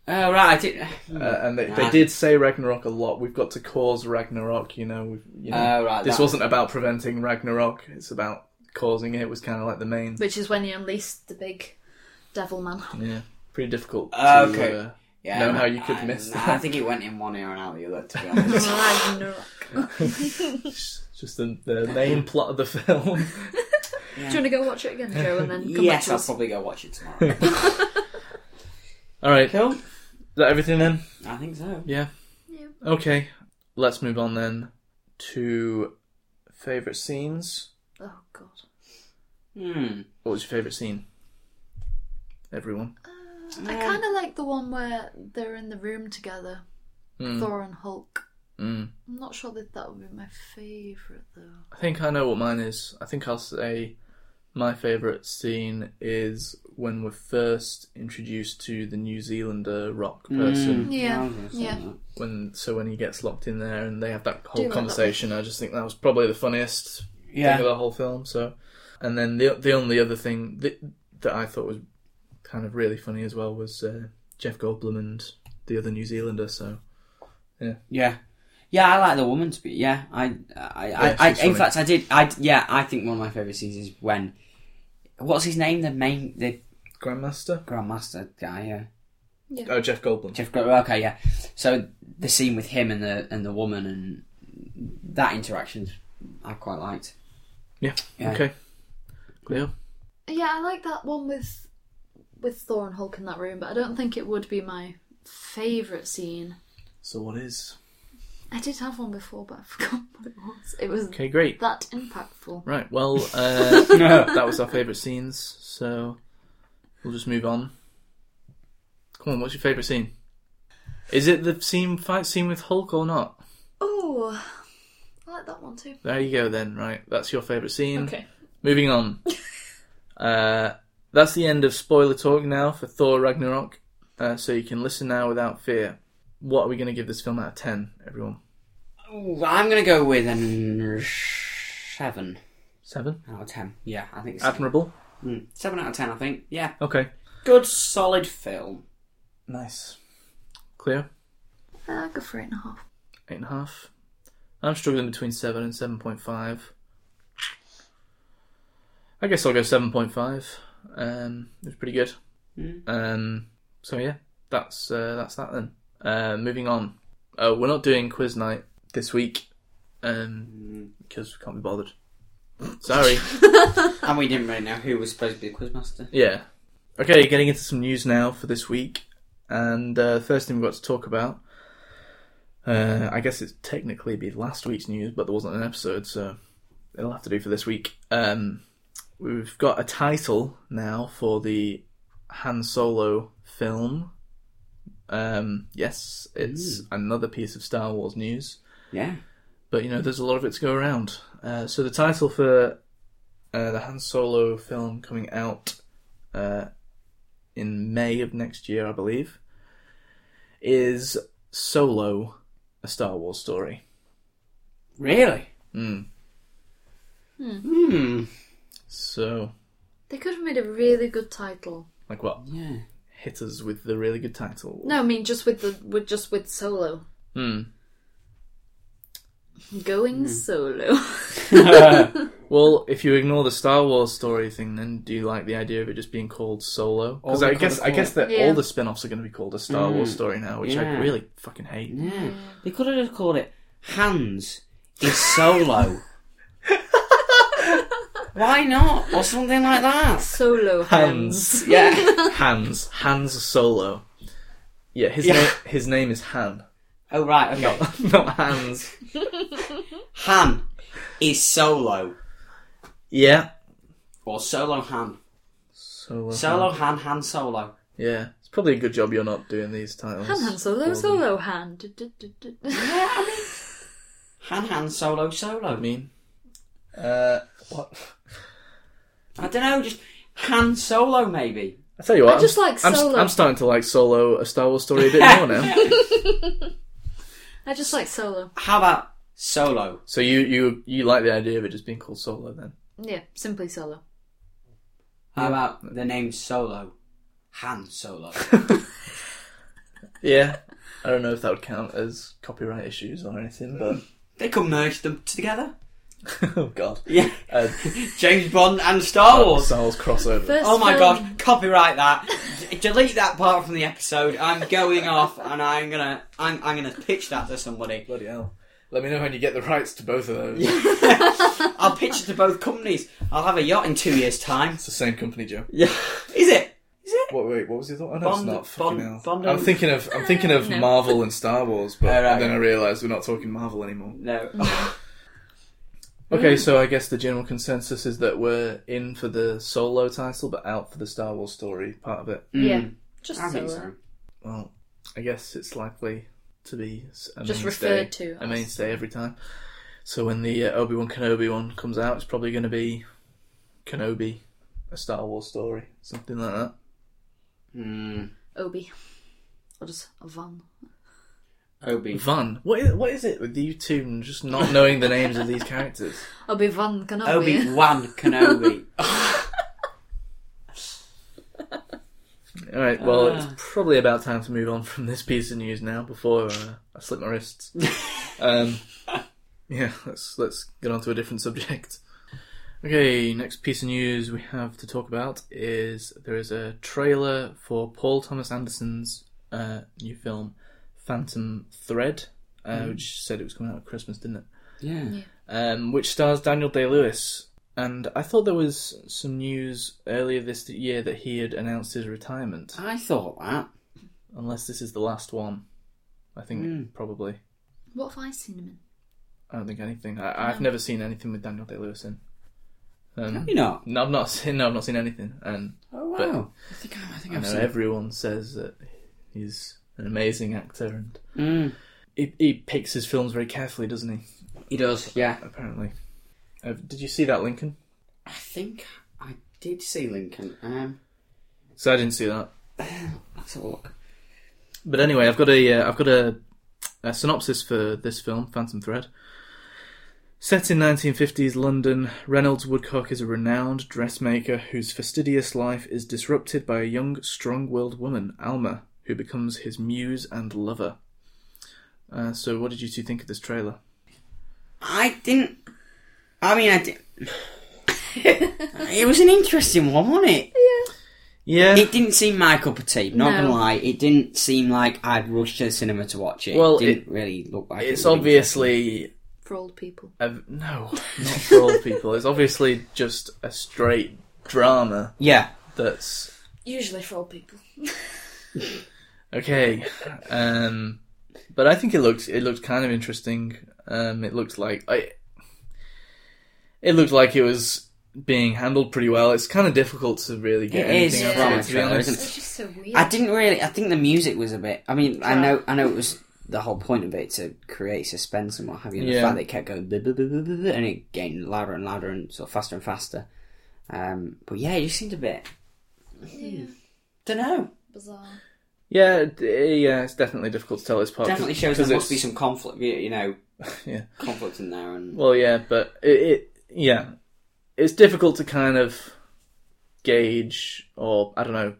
Oh right, I did.
Uh, and they, they
Ah.
did say Ragnarok a lot. We've got to cause Ragnarok, you know. We've, you know
Oh, right,
this
that-
wasn't about preventing Ragnarok. It's about causing it. It was kind of like the main.
Which is when you unleash the big devil man.
Yeah, pretty difficult. To,
Oh, okay.
uh,
Yeah,
know
I-
how you could
I-
miss
I
that.
think it went in one ear and out the other. To be honest.
Ragnarok.
just the, the main plot of the film.
Do you want to go watch it again, Joe, and then come
yes, I'll
back to us?
probably go watch it tomorrow.
All right, is
cool.
that everything then?
I think so.
Yeah.
Yeah.
Okay, let's move on then to favorite scenes.
Oh god.
Hmm.
What was your favorite scene? Everyone.
I kind of like the one where they're in the room together, Thor and Hulk.
Mm.
I'm not sure that that would be my favourite though.
I think I know what mine is. I think I'll say my favourite scene is when we're first introduced to the New Zealander rock person.
Yeah, yeah.
When so when he gets locked in there and they have that
Do
whole
like that.
conversation, I just think that was probably the funniest
Yeah.
thing of the whole film. So, and then the the only other thing that that I thought was kind of really funny as well was uh, Jeff Goldblum and the other New Zealander. So
Yeah. Yeah, I like the woman to be. Yeah, I, I,
Yeah,
I, I
she's
in
funny.
fact, I did. I, yeah, I think one of my favorite scenes is when, what's his name? The main, the
Grandmaster.
grandmaster guy. Yeah,
Oh, Jeff Goldblum.
Jeff. Gro- Okay, yeah. So the scene with him and the and the woman and that interaction, I quite liked.
Yeah.
Yeah.
Okay. Cleo.
Yeah, I like that one with with Thor and Hulk in that room, but I don't think it would be my favourite scene.
So what is?
I did have one before, but I forgot what it was. It was
Okay, great.
that impactful.
Right. Well, uh, that was our favourite scenes. So we'll just move on. Come on. What's your favourite scene? Is it the scene fight scene with Hulk or not?
Oh, I like that one too.
There you go. Then right. That's your favourite scene.
Okay.
Moving on. uh, that's the end of spoiler talk now for Thor Ragnarok. Uh, so you can listen now without fear. What are we going to give this film out of ten, everyone?
Ooh, I'm gonna go with an seven
Seven.
out of ten. Yeah, I think it's
Admirable.
Mm, seven out of ten. I think. Yeah,
Okay.
good solid film.
Nice. Clear.
Uh, go for eight and a half.
Eight and a half. I'm struggling between seven and seven point five. I guess I'll go seven point five. Um, it was pretty good.
Mm.
Um, so yeah, that's uh, that's that then. Uh, moving on. Uh, we're not doing quiz night this week um, because we can't be bothered. Sorry.
And we didn't really know who was supposed to be the quizmaster.
Yeah. Okay, getting into some news now for this week. And uh, first thing we've got to talk about, uh, I guess it's technically be last week's news, but there wasn't an episode, so it'll have to do for this week. Um, we've got a title now for the Han Solo film. Um, yes, it's another piece of Star Wars news
Yeah.
but you know there's a lot of it to go around. Uh, so the title for uh, the Han Solo film coming out uh, in May of next year, I believe, is Solo: A Star Wars Story.
Really?
So,
They could have made a really good title.
like, what
Yeah.
hit us with the really good title?
No, I mean just with the with just with solo.
Hmm.
Going solo.
Well, if you ignore the Star Wars story thing, then do you like the idea of it just being called Solo? Because
All
I
the
guess I
colourful-
guess that
Yeah.
all the spin-offs are going to be called a Star Wars story now, which I
Yeah.
really fucking hate.
Yeah. They could have just called it Hands is Solo. Why not? Or something like that.
solo hands.
Yeah.
Hans. Hans Solo. Yeah, his name his name is Han,
Oh, right, okay.
not Hans.
Han is Solo.
Yeah.
Or Solo Han.
Solo.
Solo
Han.
Han, Han Solo.
Yeah, it's probably a good job you're not doing these titles.
Han Han Solo Solo Han. Du- du- du- du- du.
Han, Han, Solo, Solo.
I mean, uh, what?
I don't know, just Han Solo, maybe.
I tell you what,
I just
am
like Solo.
I'm, I'm starting to like Solo, a Star Wars story a bit more now.
I just like solo.
How about Solo?
So you you you like the idea of it just being called Solo then?
Yeah, simply solo.
How about the name Solo? Han Solo.
Yeah. I don't know if that would count as copyright issues or anything, but
They could merge them together.
oh god,
Yeah.
uh,
James Bond and Star Wars.
Star Wars crossover.
First
Oh my
film-
god, copyright that. D- delete that part from the episode. I'm going off and I'm gonna I'm, I'm gonna pitch that to somebody.
Bloody hell! Let me know when you get the rights to both of those.
I'll pitch it to both companies. I'll have a yacht in two years' time.
It's the same company, Joe.
Yeah. Is it? Is it?
What? Wait, what was the other one? Oh, no,
Bond-
it's not. Fucking
Bond-
hell.
Bond
I'm
and-
thinking of I'm thinking of
No.
Marvel and Star Wars, but
Oh, right.
then I realised we're not talking Marvel anymore.
No. Mm.
Okay, so I guess the general consensus is that we're in for the solo title, but out for the Star Wars story part of it.
Yeah.
Hmm.
Just
I think
so.
so.
Well, I guess it's likely to be s- a
Just
mainstay,
referred to
a
as.
mainstay every time. So when the uh, Obi Wan Kenobi one comes out, it's probably going to be Kenobi, a Star Wars story, something like that.
Mm.
Obi. Or just Van.
Obi.
Van, what is, what is it with you two just not knowing the names of these characters?
Obi Van
Obi
Kenobi.
Wan Kenobi.
All right, well, it's probably about time to move on from this piece of news now before uh, I slip my wrists. um, yeah, let's let's get on to a different subject. Okay, next piece of news we have to talk about is there is a trailer for Paul Thomas Anderson's uh, new film, Phantom Thread, uh, which said it was coming out at Christmas, didn't it?
yeah.
um, which stars Daniel Day Lewis. And I thought there was some news earlier this year that he had announced his retirement.
I thought that.
Unless this is the last one, I think
Hmm.
probably.
What have I seen him in?
I don't think anything. I, I've never seen anything with Daniel Day Lewis in. Um,
You know.
no, I've not seen. No, I've not seen anything. And
Oh wow.
But-
I think I, I think
I
I've
know
seen.
everyone says that he's an amazing actor, and
Mm.
he, he picks his films very carefully, doesn't he?
He does. Yeah.
Apparently. Uh, did you see that Lincoln?
I think I did see Lincoln. Um,
So I didn't see that.
let's have a look.
But anyway, I've got a uh, I've got a, a synopsis for this film, Phantom Thread. Set in 1950s London, Reynolds Woodcock is a renowned dressmaker whose fastidious life is disrupted by a young, strong-willed woman, Alma, who becomes his muse and lover. Uh, so, what did you two think of this trailer?
I didn't. I mean, I did. it was an interesting one, wasn't it?
Yeah.
It didn't seem my cup of tea. Not
No.
gonna lie, it didn't seem like I'd rush to the cinema to watch it.
Well,
it didn't really look like. it
it's
would be
obviously
For old people.
a, no, not for all people. It's obviously just a straight drama
interesting. Yeah.
that's
Usually for old people.
Okay, um, but I think it looks it looked kind of interesting. Um, it looked like I, it looked like it was being handled pretty well. It's kind of difficult to really get
It is
anything
from
out
a
of it, to be
trailer,
honest.
isn't it?
It's just so weird.
I didn't really. I think the music was a bit. I mean, I
Yeah.
know. I know it was the whole point of it to create suspense and what have you. And
Yeah.
The fact that it kept going blah, blah, blah, blah, blah, blah, and it getting louder and louder and sort of faster and faster. Um, but yeah, it just seemed a bit. Don't know.
Bizarre.
Yeah, d- yeah, it's definitely difficult to tell this part. Oh, 'cause-
Definitely shows there
'cause
must be
it's-
some conflict. You you know,
Yeah.
conflict in there and.
Well, yeah, but it, it yeah, it's difficult to kind of gauge or I don't know,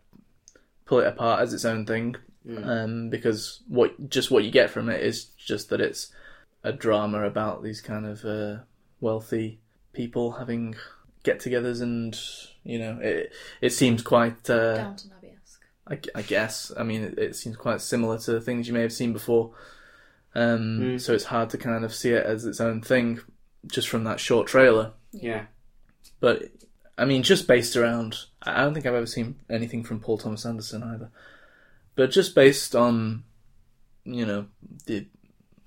pull it apart as its own thing, um, because what just what you get from it is just that it's a drama about these kind of uh, wealthy people having get-togethers and you know it it seems quite uh,
Downton Abbey esque.
I, I guess I mean it, it seems quite similar to things you may have seen before, um, so it's hard to kind of see it as its own thing just from that short trailer.
Yeah.
But I mean, just based around, I I don't think I've ever seen anything from Paul Thomas Anderson either. But just based on, you know, the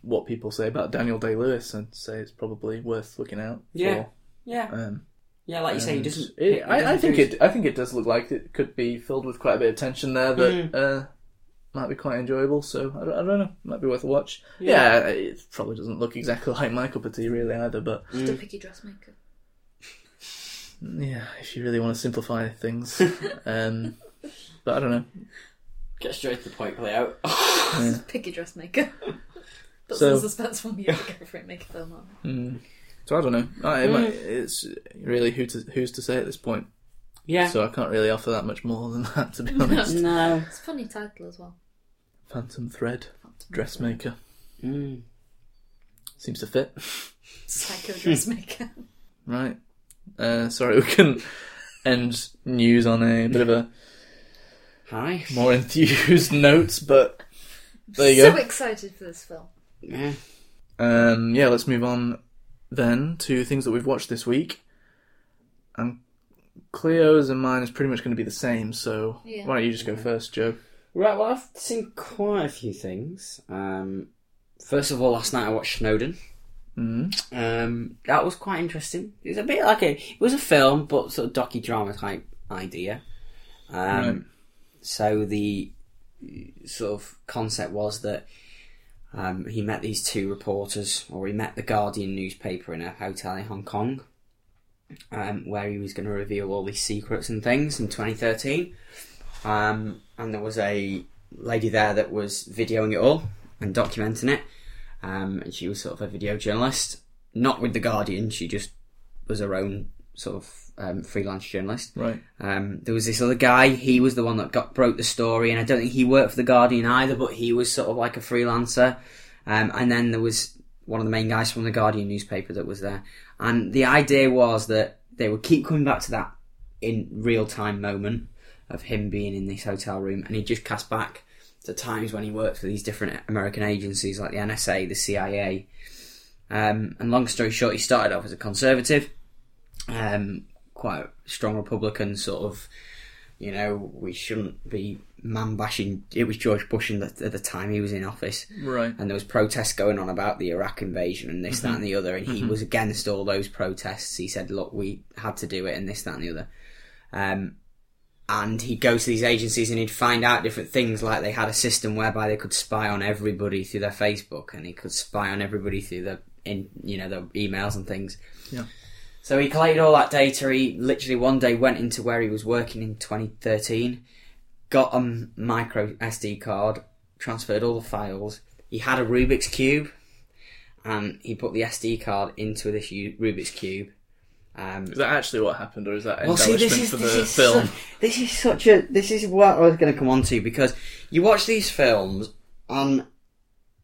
what people say about Daniel Day Lewis, I'd say it's probably worth looking out.
Yeah.
For.
Yeah.
Um,
Yeah, like you say, he doesn't.
it-
he doesn't
I, I
do
think
his-
it. I think it does look like it could be filled with quite a bit of tension there that
Mm.
uh, might be quite enjoyable. So I don't, I don't know. Might be worth a watch. Yeah. it probably doesn't look exactly like my cup of tea really either. But
Hmm.
Just a picky dressmaker.
yeah, if you really want to simplify things, um, but I don't know.
Get straight to the point, Cleo.
Picky dressmaker. But
So-
some suspense from you to go for it, make a film on it.
Mm. So I don't know. I, it
Mm.
might- It's really who to, who's to say at this point.
Yeah.
So I can't really offer that much more than that, to be honest.
no.
It's a funny title as well.
Phantom Thread, Dressmaker.
Hmm.
Seems to fit.
Psycho dressmaker.
Right. Uh, sorry, we couldn't end news on a bit of a
Hi.
more enthused note, but there you
so
go.
excited for this film.
Yeah.
Um, yeah, let's move on then to things that we've watched this week. And Cleo's and mine is pretty much going to be the same, so
Yeah.
why don't you just go first, Joe?
Right, well, I've seen quite a few things. Um, first of all, last night I watched Snowden. Mm. Um, that was quite interesting. It was a bit like a, it was a film, but sort of docudrama type idea. Um,
Right.
So the uh, sort of concept was that um, he met these two reporters, or he met the Guardian newspaper in a hotel in Hong Kong, um, where he was going to reveal all these secrets and things in 2013. Um, and there was a lady there that was videoing it all and documenting it. Um, and she was sort of a video journalist, not with the Guardian. She just was her own sort of um, freelance journalist.
Right.
Um, there was this other guy. He was the one that got broke the story, and I don't think he worked for the Guardian either, but he was sort of like a freelancer. Um, and then there was one of the main guys from the Guardian newspaper that was there, and the idea was that they would keep coming back to that in real time moment of him being in this hotel room, and he just cast back to times when he worked for these different American agencies like the NSA, the CIA. Um, and long story short, he started off as a conservative um, quite a strong Republican sort of. You know, we shouldn't be man bashing. It was George Bush in the, at the time he was in office,
Right.
and there was protests going on about the Iraq invasion and this, that, and the other. And he was against all those protests. He said, "Look, we had to do it," and this, that, and the other. Um, and he'd go to these agencies and he'd find out different things. Like they had a system whereby they could spy on everybody through their Facebook, and he could spy on everybody through their in you know their emails and things. So he collated all that data. He literally one day went into where he was working in 2013, got a m- micro SD card, transferred all the files. He had a Rubik's cube, and he put the SD card into this U- Rubik's cube. Um,
Is that actually what happened, or is that
well, see,
embellishment
this is
for
this
the
is
film?
Such, this is such a this is what I was going to come on to because you watch these films and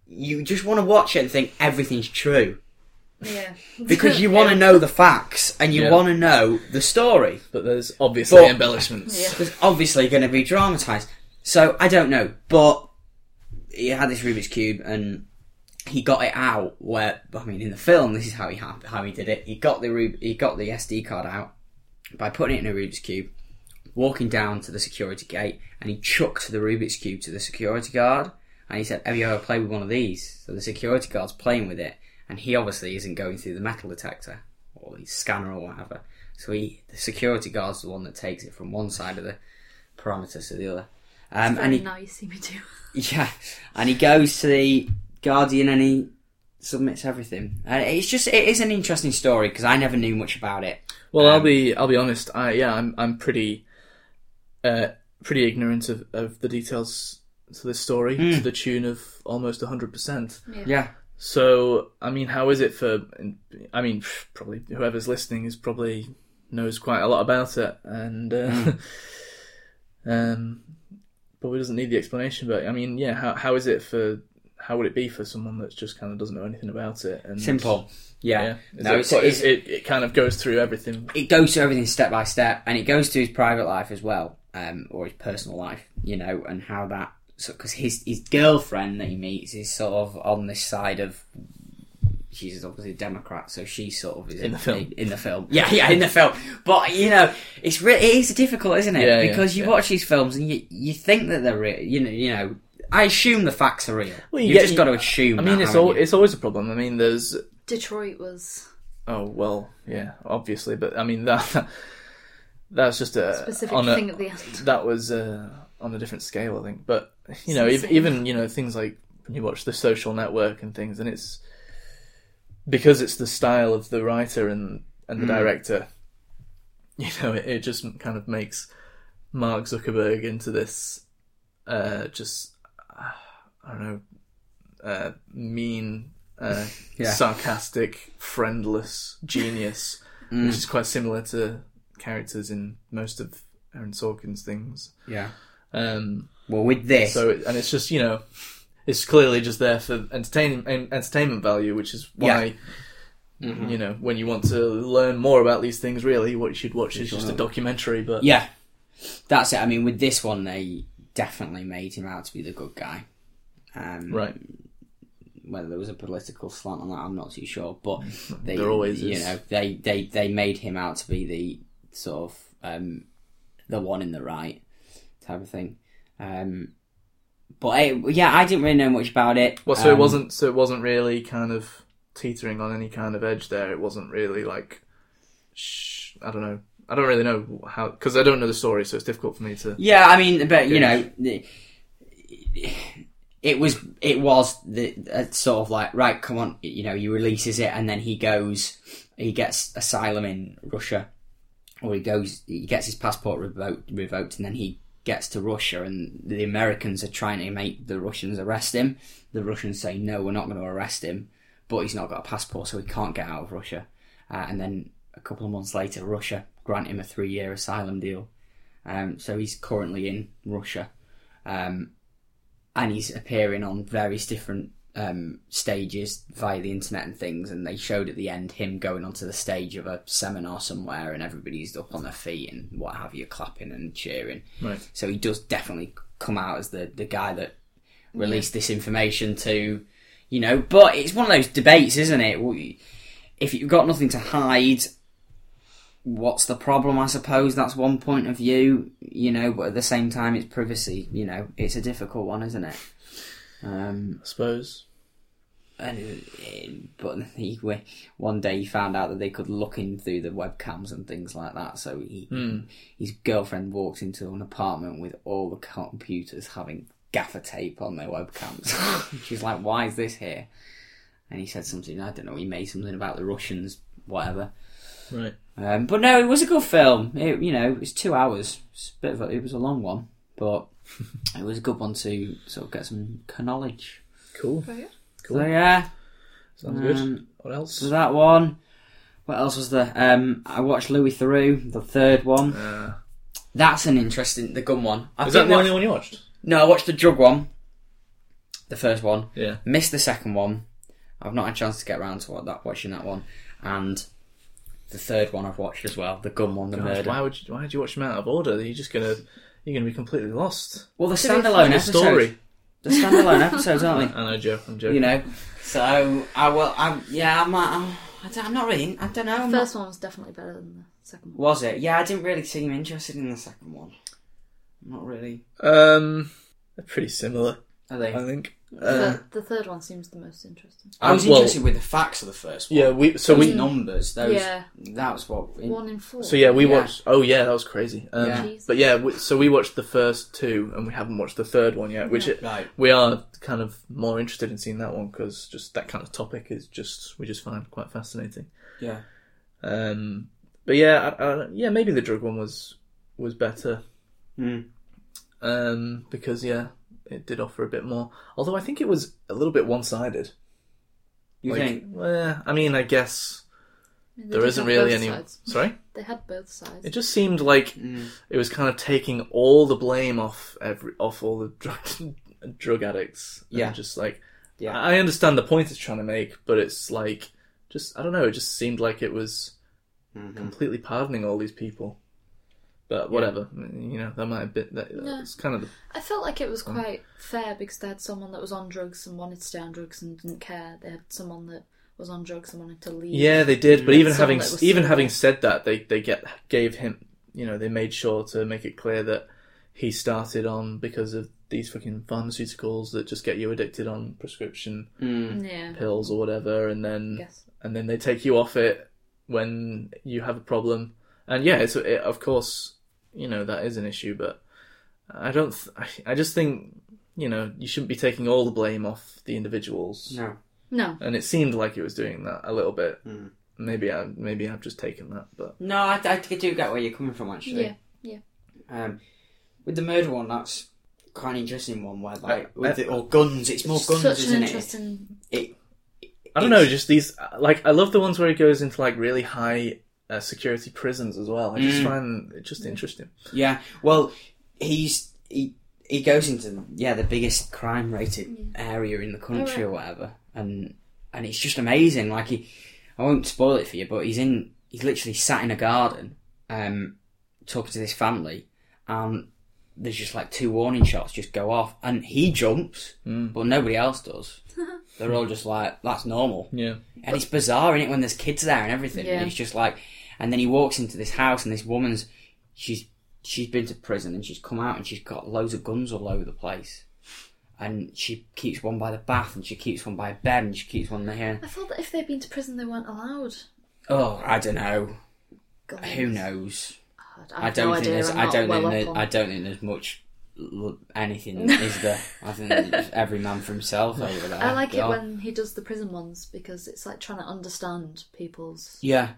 you just want to watch it and think everything's true
Yeah.
because you want to know the facts and you
Yeah.
want to know the story.
But there's obviously
But-
embellishments.
Yeah.
there's obviously going to be dramatized. So I don't know, but he had this Rubik's cube and he got it out. Where I mean, in the film, this is how he hap- how he did it. He got the Rub- he got the SD card out by putting it in a Rubik's cube, walking down to the security gate, and he chucked the Rubik's cube to the security guard. And he said, "Have you ever played with one of these?" So the security guard's playing with it, and he obviously isn't going through the metal detector or the scanner or whatever. So he, the security guard's the one that takes it from one side of the parameters to the other. Um, and he
now you see me do.
yeah, and he goes to the Guardian and he submits everything. And it's just it is an interesting story because I never knew much about it.
Well,
Um,
I'll be I'll be honest. I yeah, I'm I'm pretty uh, pretty ignorant of, of the details to this story
Hmm.
to the tune of almost hundred percent.
Yeah,
So I mean, how is it for? I mean, pff, probably whoever's listening is probably knows quite a lot about it, and uh,
Hmm.
um, probably doesn't need the explanation. But I mean, yeah, how how is it for? How would it be for someone that just kind of doesn't know anything about it? And
simple. Yeah,
Yeah. Is
no,
it,
it's,
quite-
it's,
it, it kind of goes through everything.
it goes to everything step by step, and it goes to his private life as well, um, or his personal life, you know, and how that because his his girlfriend that he meets is sort of on this side of. She's obviously a Democrat, so she sort of is
In the film.
In the film, yeah, yeah, in the film. But you know, it's re- it is difficult, isn't it?
Yeah, yeah,
because you
yeah.
watch these films and you you think that they're real. You know, you know. I assume the facts are real.
Well, you
you
get-
just got to assume.
I mean,
that,
it's
haven't
all
you?
it's always a problem. I mean, there's
Detroit was
oh well, yeah, obviously, but I mean that that's just a
specific
on a,
thing at the end.
that was uh, on a different scale, I think. But you know,
the
ev-
same.
even you know things like when you watch the Social Network and things, and it's because it's the style of the writer and and the director. You know, it, it just kind of makes Mark Zuckerberg into this uh, just uh, I don't know uh, mean. Uh,
Yeah.
sarcastic, friendless genius, which is quite similar to characters in most of Aaron Sorkin's things.
yeah.
Um,
Well, with this,
so it, and it's just you know, it's clearly just there for entertaining en- entertainment value, which is why you know when you want to learn more about these things, really, what you should watch is just a documentary. But
yeah, that's it. I mean, with this one, they definitely made him out to be the good guy. Um,
right,
Whether there was a political slant on that, I'm not too sure. But they,
There always
you
is.
know, they, they they made him out to be the sort of um, the one in the right type of thing. Um, but I, yeah, I didn't really know much about it.
well, so it
Um,
wasn't so it wasn't really kind of teetering on any kind of edge there. It wasn't really like, sh- I don't know, I don't really know how because I don't know the story, so it's difficult for me to.
Yeah, I mean, but you
Yes.
know, the- it was it was the uh, sort of like right, come on, you know, he releases it, and then he goes, he gets asylum in Russia, or he goes, he gets his passport revoked, revoked, and then he gets to Russia, and the Americans are trying to make the Russians arrest him. The Russians say no, we're not going to arrest him, but he's not got a passport, so he can't get out of Russia. Uh, and then a couple of months later, Russia grant him a three-year asylum deal. Um, so he's currently in Russia, um, and he's appearing on various different um, stages via the internet and things. And they showed at the end him going onto the stage of a seminar somewhere, and everybody's up on their feet and what have you, clapping and cheering.
Right.
So he does definitely come out as the the guy that released this information to, you know. But it's one of those debates, isn't it? We- If you've got nothing to hide, what's the problem? I suppose that's one point of view, you know. But at the same time, it's privacy. You know, it's a difficult one, isn't it? Um,
I suppose.
and eh, but he we- one day he found out that they could look in through the webcams and things like that. So he, his girlfriend walks into an apartment with all the computers having gaffer tape on their webcams. She's like, "Why is this here?" And he said something. I don't know. He made something about the Russians, whatever.
Right.
Um, but no, it was a good film. It, you know, it was two hours. It's a bit of a, it was a long one, but it was a good one to sort of get some knowledge.
Cool.
So yeah,
Sounds good.
Um,
What else?
so that one. What else was there? Um, I watched Louis through the third one.
Uh,
That's an interesting the gun one. I
is
did
that the
watch-
only one you watched?
No, I watched the drug one, the first one.
Yeah.
Missed the second one. I've not had a chance to get around to what, that watching that one, and the third one I've watched as well. The gun one, the
Gosh,
murder.
Why would you? Why did you watch them out of order? You're just gonna you're gonna be completely lost.
Well, the
in
standalone
the
episodes.
story.
The standalone episodes, aren't
I know, Joe. I'm
they?
joking.
You know. So I will. I'm. Yeah. I'm. uh, I'm I don't, I'm not really. in- I don't know. I'm not-
First one was definitely better than the second one.
was it? Yeah. I didn't really seem interested in the second one. I'm not really.
Um, they're pretty similar,
Are they?
I think.
The
Uh,
thir- the third one seems the most interesting.
I was
Um, well-
interested with the facts of the first one.
yeah, we so
Those
we
numbers. Those.
Yeah.
That was what.
One in four.
so yeah we
Yeah.
watched. Oh yeah, that was crazy. Um,
Yeah.
But yeah, we, so we watched the first two, and we haven't watched the third one yet, which it,
Right.
we are kind of more interested in seeing that one because just that kind of topic is just we just find quite fascinating.
Yeah.
Um, but yeah, I, I, yeah, maybe the drug one was was better.
Mm.
Um, because yeah, it did offer a bit more. Although I think it was a little bit one sided.
You think?
Well, I mean, I guess
I mean, they
there
did
isn't
have
really
both
any.
sides.
Sorry,
They had both sides.
it just seemed like
Mm.
it was kind of taking all the blame off every off all the drug drug addicts. and
Yeah.
just like
Yeah.
I I understand the point it's trying to make, but it's like just I don't know. It just seemed like it was
Mm-hmm.
completely pardoning all these people. But whatever, you know that might have been that, that's kind of the
I felt like it was
Um,
quite fair because they had someone that was on drugs and wanted to stay on drugs and didn't care. They had someone that was on drugs and wanted to leave.
Yeah, they did. But even
Someone
having
that was
even
single.
having said that, they they get gave him. You know, they made sure to make it clear that he started on because of these fucking pharmaceuticals that just get you addicted on prescription
Yeah.
pills or whatever, and then
Yes.
and then they take you off it when you have a problem. And yeah, it's it, of course you know that is an issue, but I don't. Th- I, I just think you know you shouldn't be taking all the blame off the individuals
No.
No.
and it seemed like it was doing that a little bit. Maybe I maybe I've just taken that, but
No, I, I do get where you're coming from actually.
Yeah. Yeah.
Um, with the murder one, that's quite an interesting one where
I-
like with
I-
it or guns, it's more guns,
Such an
isn't
interesting.
it?
I don't know. Just these like I love the ones where he goes into like really high uh, Hmm. security prisons as well. I just find it just interesting.
it? Yeah. Well, he's he he goes into yeah the biggest crime rated area in the country or whatever, and and it's just amazing. Like he, I won't spoil it for you, but he's in he's literally sat in a garden, um, talking to this family, and there's just like two warning shots just go off, and he jumps, but nobody else does. They're all just like that's normal,
Yeah.
and it's bizarre, isn't it, when there's kids there and everything.
Yeah.
And it's just like, and then he walks into this house and this woman's, she's she's been to prison and she's come out and she's got loads of guns all over the place, and she keeps one by the bath and she keeps one by a bed and she keeps one there.
I thought that if they'd been to prison, they weren't allowed.
Oh, I don't know.
guns.
Who knows?
God,
I
have
don't
no
think
idea.
there's.
I'm
I
not
don't
well
think.
up
There's,
on-
I don't think there's much. l- Anything is there? I think it's every man for himself over there.
I like it
God.
when he does the prison ones because it's like trying to understand people's
yeah,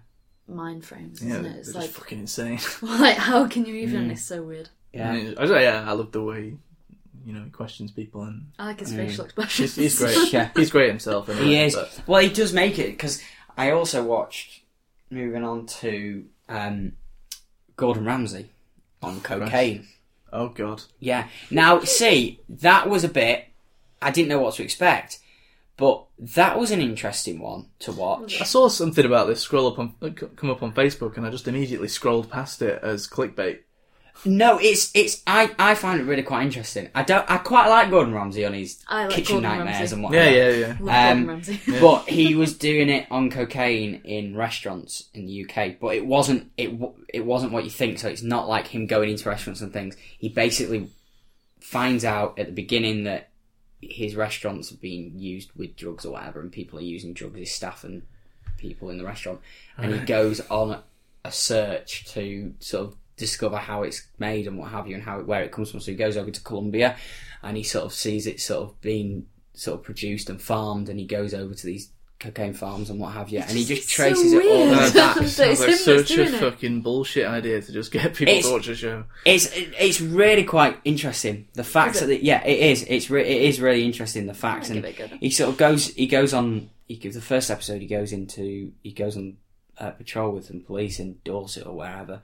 mind frames,
Yeah,
isn't
they're
it? It's
just
like,
fucking insane.
like, how can you
Mm.
even? It's so weird.
yeah.
And it- I, just- yeah, I love the way you know he questions people, and
I
Mm.
like his facial
he's,
expressions.
he's great.
Yeah.
He's great himself. Anyway,
He is.
but-
Well, he does make it because I also watched. Moving on to um, Gordon Ramsay on cocaine.
oh god,
Yeah. Now, see, that was a bit. I didn't know what to expect, but that was an interesting one to watch.
I saw something about this scroll up on uh, c- come up on Facebook, and I just immediately scrolled past it as clickbait.
No, it's it's. I I find it really quite interesting. I don't. I quite like Gordon Ramsay on his
I like
kitchen
Gordon
nightmares
Ramsay.
and
Yeah,
whatnot.
yeah, yeah.
Love Gordon
Um,
Ramsay.
but he was doing it on cocaine in restaurants in the UK. But it wasn't it w- it wasn't what you think. So it's not like him going into restaurants and things. He basically finds out at the beginning that his restaurants are being used with drugs or whatever, and people are using drugs. His staff and people in the restaurant, and he goes on a search to sort of discover how it's made and what have you, and how it, where it comes from. So he goes over to Colombia, and he sort of sees it sort of being sort of produced and farmed, and he goes over to these cocaine farms and what have you, and he just
so
traces it all
weird.
the way back.
So it's
Uh, Sounds like
him that's
such a
doing it.
fucking bullshit idea to just get people
It's-
to watch a show.
It's it's really quite interesting. The facts that yeah, it is. It's re- it is really interesting. The facts
I'm
and
gonna give it a go.
he sort of goes he goes on. He gives the first episode. He goes into he goes on uh, patrol with some police in Dorset or wherever,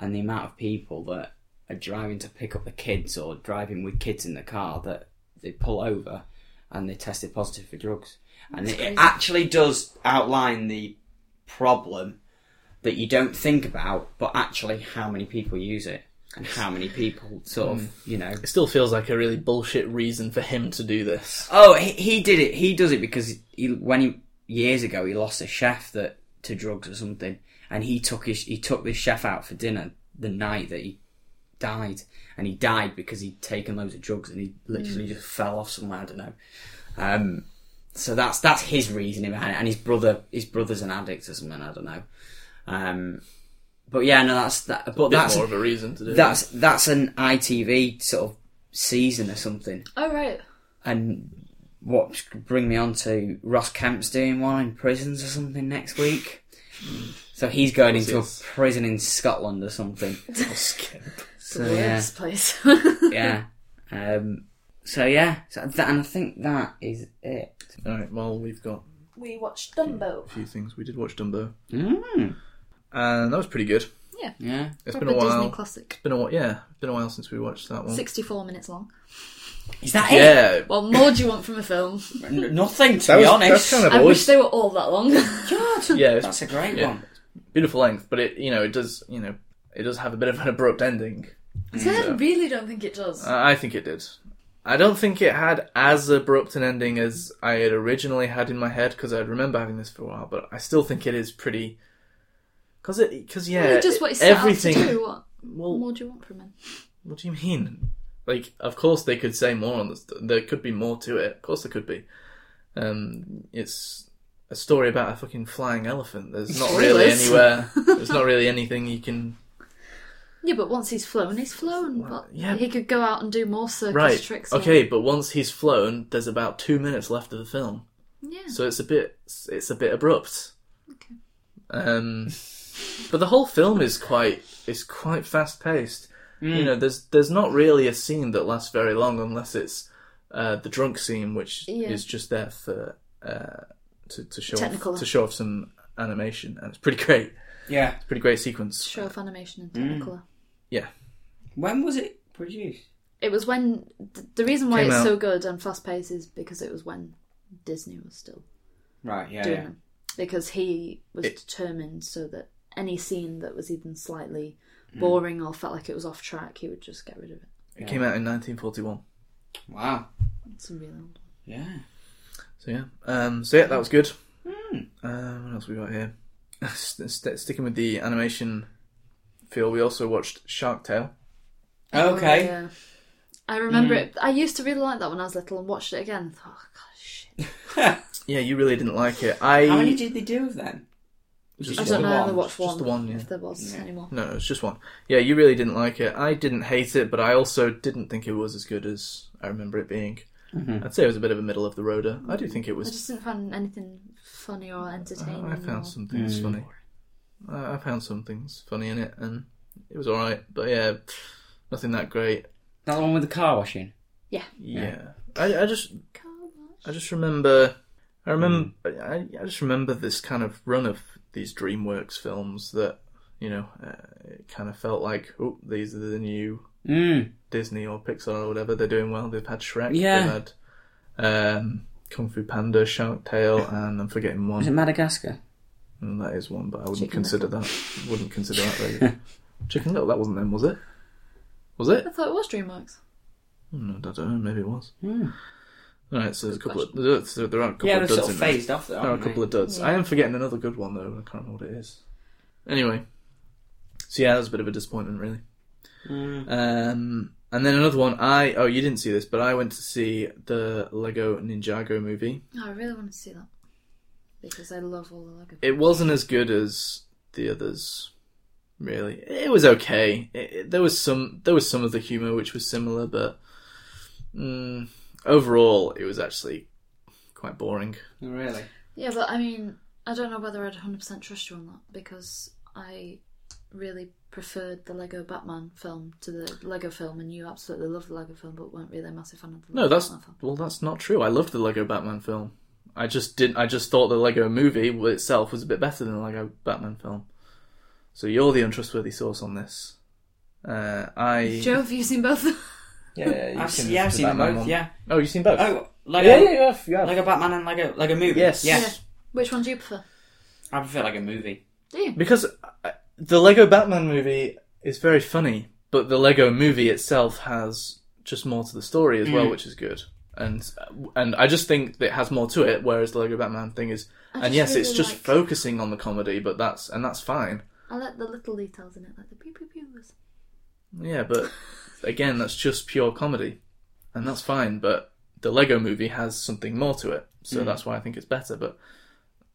and the amount of people that are driving to pick up the kids or driving with kids in the car that they pull over and they tested positive for drugs. And it, it actually does outline the problem that you don't think about, but actually how many people use it and how many people sort of, you know.
It still feels like a really bullshit reason for him to do this.
Oh, he, he did it. He does it because he, when he years ago he lost a chef that to drugs or something, and he took his he took this chef out for dinner the night that he died, and he died because he'd taken loads of drugs and he literally just fell off somewhere. I don't know. Um, so that's that's his reasoning behind it, and his brother his brother's an addict or something. I don't know. Um, but yeah, no, that's that.
Bit
But that's
more of a reason to do
that's that's an ITV sort of season or something
oh right,
and what bring me on to Ross Kemp's doing one in prisons or something next week. So he's going into a
Yes.
prison in Scotland or something. So yeah,
this place.
yeah. Um, so yeah, so that, and I think that is it.
it. All right. Well, we've got
we watched Dumbo.
a few things. We did watch Dumbo,
Mm.
and that was pretty good.
Yeah,
It's been
Proper
a while.
Disney
It's
classic.
been a while. Yeah, it's been a while since we watched that one.
Sixty-four minutes long.
is that it?
Yeah.
What more do you want from a film?
N- nothing to
That
be
was, that's
honest.
kind of
I wish
always
they were all that long.
yeah, it's
That's a great
Yeah.
one.
beautiful length, but it you know it does you know it does have a bit of an abrupt ending.
So I really don't think it does.
I I think it did. I don't think it had as abrupt an ending as I had originally had in my head because I remember having this for a while, but I still think it is pretty. Because it, because yeah,
Really just what it's set out
everything.
to do. What
Well,
more do you want from him?
What do you mean? Like, of course they could say more on this. There could be more to it. Of course there could be. Um, it's a story about a fucking flying elephant. There's not really
Spoilers.
anywhere. There's not really anything you can.
Yeah, but once he's flown, he's flown. But
yeah.
he could go out and do more circus
Right.
tricks. or-
Okay, but once he's flown, there's about two minutes left of the film,
Yeah.
so it's a bit. It's a bit abrupt. Okay. Um, but the whole film is quite is quite fast paced. You know, there's there's not really a scene that lasts very long unless it's uh, the drunk scene, which
Yeah.
is just there for uh, to to show
Technical.
off, to show off some animation, and it's pretty great.
Yeah.
Pretty great sequence.
Mm.
Show of animation and Technicolor.
Yeah,
When was it produced?
It was when th- the reason why
Came
it's
out.
so good and fast paced is because it was when Disney was still
Right, yeah,
doing
yeah.
them. Because he was
It-
determined so that any scene that was even slightly
Hmm.
boring or felt like it was off track, he would just get rid of it.
It came out in 1941.
Wow.
It's a really old.
Yeah.
So yeah, um, so yeah, that was good.
Hmm.
Um, what else we got here? St- st- sticking with the animation feel, we also watched Shark Tale. Oh,
Okay.
Yeah. I remember
Hmm.
it. I used to really like that when I was little and watched it again. and thought, Oh god, shit.
Yeah, you really didn't like it. I
How many did they do of them?
Just
I
Just
don't
the
know. I
one.
only watched
Just
one.
the one, yeah.
If there was any more.
no, it's just one. Yeah, you really didn't like it. I didn't hate it, but I also didn't think it was as good as I remember it being.
Mm-hmm.
I'd say it was a bit of a middle of the roader. I do think it
I
was
just didn't find anything funny or entertaining.
I found
or-
some things
Hmm.
funny. I I found some things funny in it, and it was all right. But yeah, nothing that great.
That one with the car washing.
Yeah.
Yeah, I, I just, I just remember, I remember, I, I just remember this kind of run of these DreamWorks films that you know, uh, it kind of felt like, oh, these are the new
Mm.
Disney or Pixar or whatever. They're doing well. They've had Shrek.
Yeah.
They've had um, Kung Fu Panda, Shark Tale, and I'm forgetting one.
Was it Madagascar?
Mm, that is one, but I wouldn't
Chicken
consider that. Wouldn't consider that. Really. Chicken Little, that wasn't them, was it? Was it?
I thought it was DreamWorks.
Mm, I don't know. Maybe it was. All right, so there's a couple of there's- there are a couple
Hmm. Yeah,
of
they're
duds
sort of
in there.
phased off, though.
There are a
aren't
couple
they?
of duds. I am forgetting another good one though. and I can't remember what it is. Anyway, so yeah, that was a bit of a disappointment, really.
Hmm.
Um, and then another one. I oh, you didn't see this, but I went to see the Lego Ninjago movie.
No, Oh, I really want to see that because I love all the Lego.
it wasn't as good as the others really it was okay it, it- there was some there was some of the humor which was similar but mm, overall it was actually quite boring
Really?
Yeah, but I mean, I don't know whether I'd 100% trust you on that because I really preferred the Lego Batman film to the Lego film, and you absolutely loved the Lego film but weren't really a massive fan of the
no
Lego
that's
Batman film.
well that's not true i loved the lego batman film i just didn't i just thought the lego movie itself was a bit better than the lego batman film so you're the untrustworthy source on this uh, i
Joe, have you seen both?
yeah
I've seen, yeah, I've seen them both, yeah.
oh you've seen both
Oh, Lego,
yeah, yeah, yeah, yeah.
Lego Batman and Lego, Lego Movie.
Yes.
Yeah.
Yeah.
Which one do you prefer?
I prefer Lego Movie.
Do you?
Because uh, the Lego Batman movie is very funny, but the Lego movie itself has just more to the story as well, which is good. And uh, and I just think that it has more to it, whereas the Lego Batman thing is, and
just
yes, it's
really
just
like-
focusing on the comedy, but that's and that's fine.
I like the little details in it, like the pew pew pews.
Yeah, but again, that's just pure comedy, and that's fine. But the Lego movie has something more to it, so that's why I think it's better. But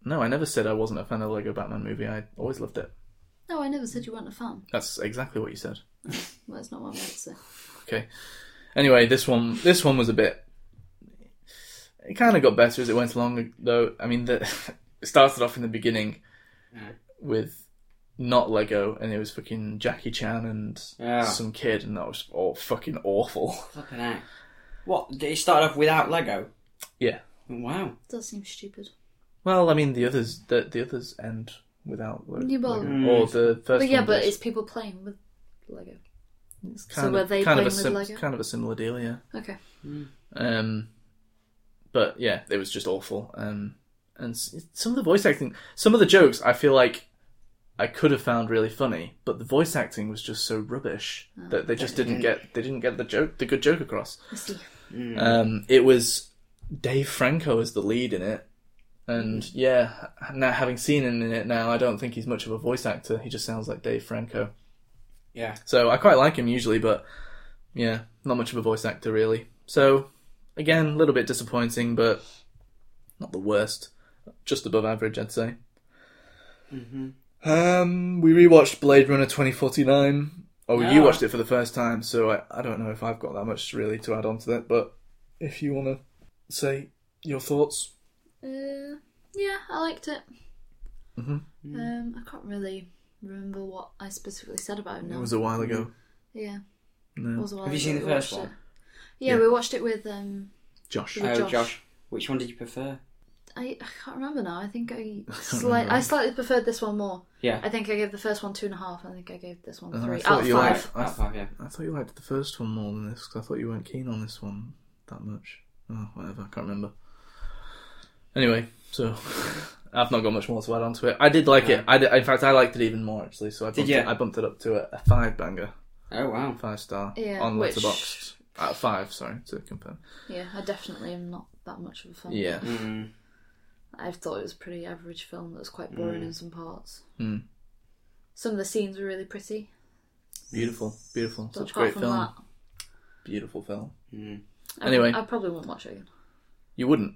no, I never said I wasn't a fan of the Lego Batman movie. I always loved it.
No, I never said you weren't a fan.
That's exactly what you said.
Well, that's not what I meant to say.
Okay. Anyway, this one this one was a bit. It kind of got better as it went along, though. I mean, the, it started off in the beginning with not Lego, and it was fucking Jackie Chan and
Yeah.
some kid, and that was all fucking awful.
Fucking heck. What? Did it start off without Lego?
Yeah.
Wow.
It does seem stupid.
Well, I mean, the others the, the others end without Lego,
Yeah, but-
or the first.
But yeah,
one
but
does.
it's people playing with Lego.
It's kind
were
of
they
kind of a
playing with
sim-
Lego?
kind of a similar deal, yeah.
Okay.
Um, but yeah, it was just awful. Um, and s- some of the voice acting, some of the jokes, I feel like I could have found really funny, but the voice acting was just so rubbish that Oh, they just didn't get they didn't get the joke the good joke across.
I see.
Um, it was Dave Franco as the lead in it, and yeah, now having seen him in it now, I don't think he's much of a voice actor. He just sounds like Dave Franco.
Yeah.
So I quite like him usually, but yeah, not much of a voice actor really. So again, a little bit disappointing, but not the worst. Just above average, I'd say. Um, we rewatched Blade Runner 2049. Oh, you
Oh.
watched it for the first time, so I, I don't know if I've got that much really to add on to that, but if you want to say your thoughts.
Uh, yeah, I liked it.
Mm-hmm.
Mm.
Um, I can't really remember what I specifically said about it now.
It was a while ago.
yeah.
No.
It was a while
Have you
ago
seen the
we
first
watched
one?
it. Yeah,
Yeah.
we watched it with. Um,
Josh.
With
Oh,
Josh.
Josh. Which one did you prefer?
I, I can't remember now. I think I slight, I slightly preferred this one more.
Yeah.
I think I gave the first one two and a half. I think I gave this one
Oh, I
three
thought
out of
you
five.
liked-
Out of five, yeah.
I thought you liked the first one more than this because I thought you weren't keen on this one that much. Oh, whatever, I can't remember. Anyway, so I've not got much more to add on to it. I did like it. I did- in fact, I liked it even more actually. So I bumped,
you?
It, I bumped it up to a, a five banger,
Oh wow.
five star
Yeah,
on
which-
Letterboxd. Out of five, sorry to confirm.
Yeah, I definitely am not that much of a fan.
Yeah,
Hmm.
I thought it was a pretty average film that was quite boring
Mm.
in some parts.
Hmm.
Some of the scenes were really pretty.
beautiful, beautiful,
But
such a
apart
great
from
film,
that,
beautiful film.
I-
Anyway.
I probably won't watch it again.
You wouldn't,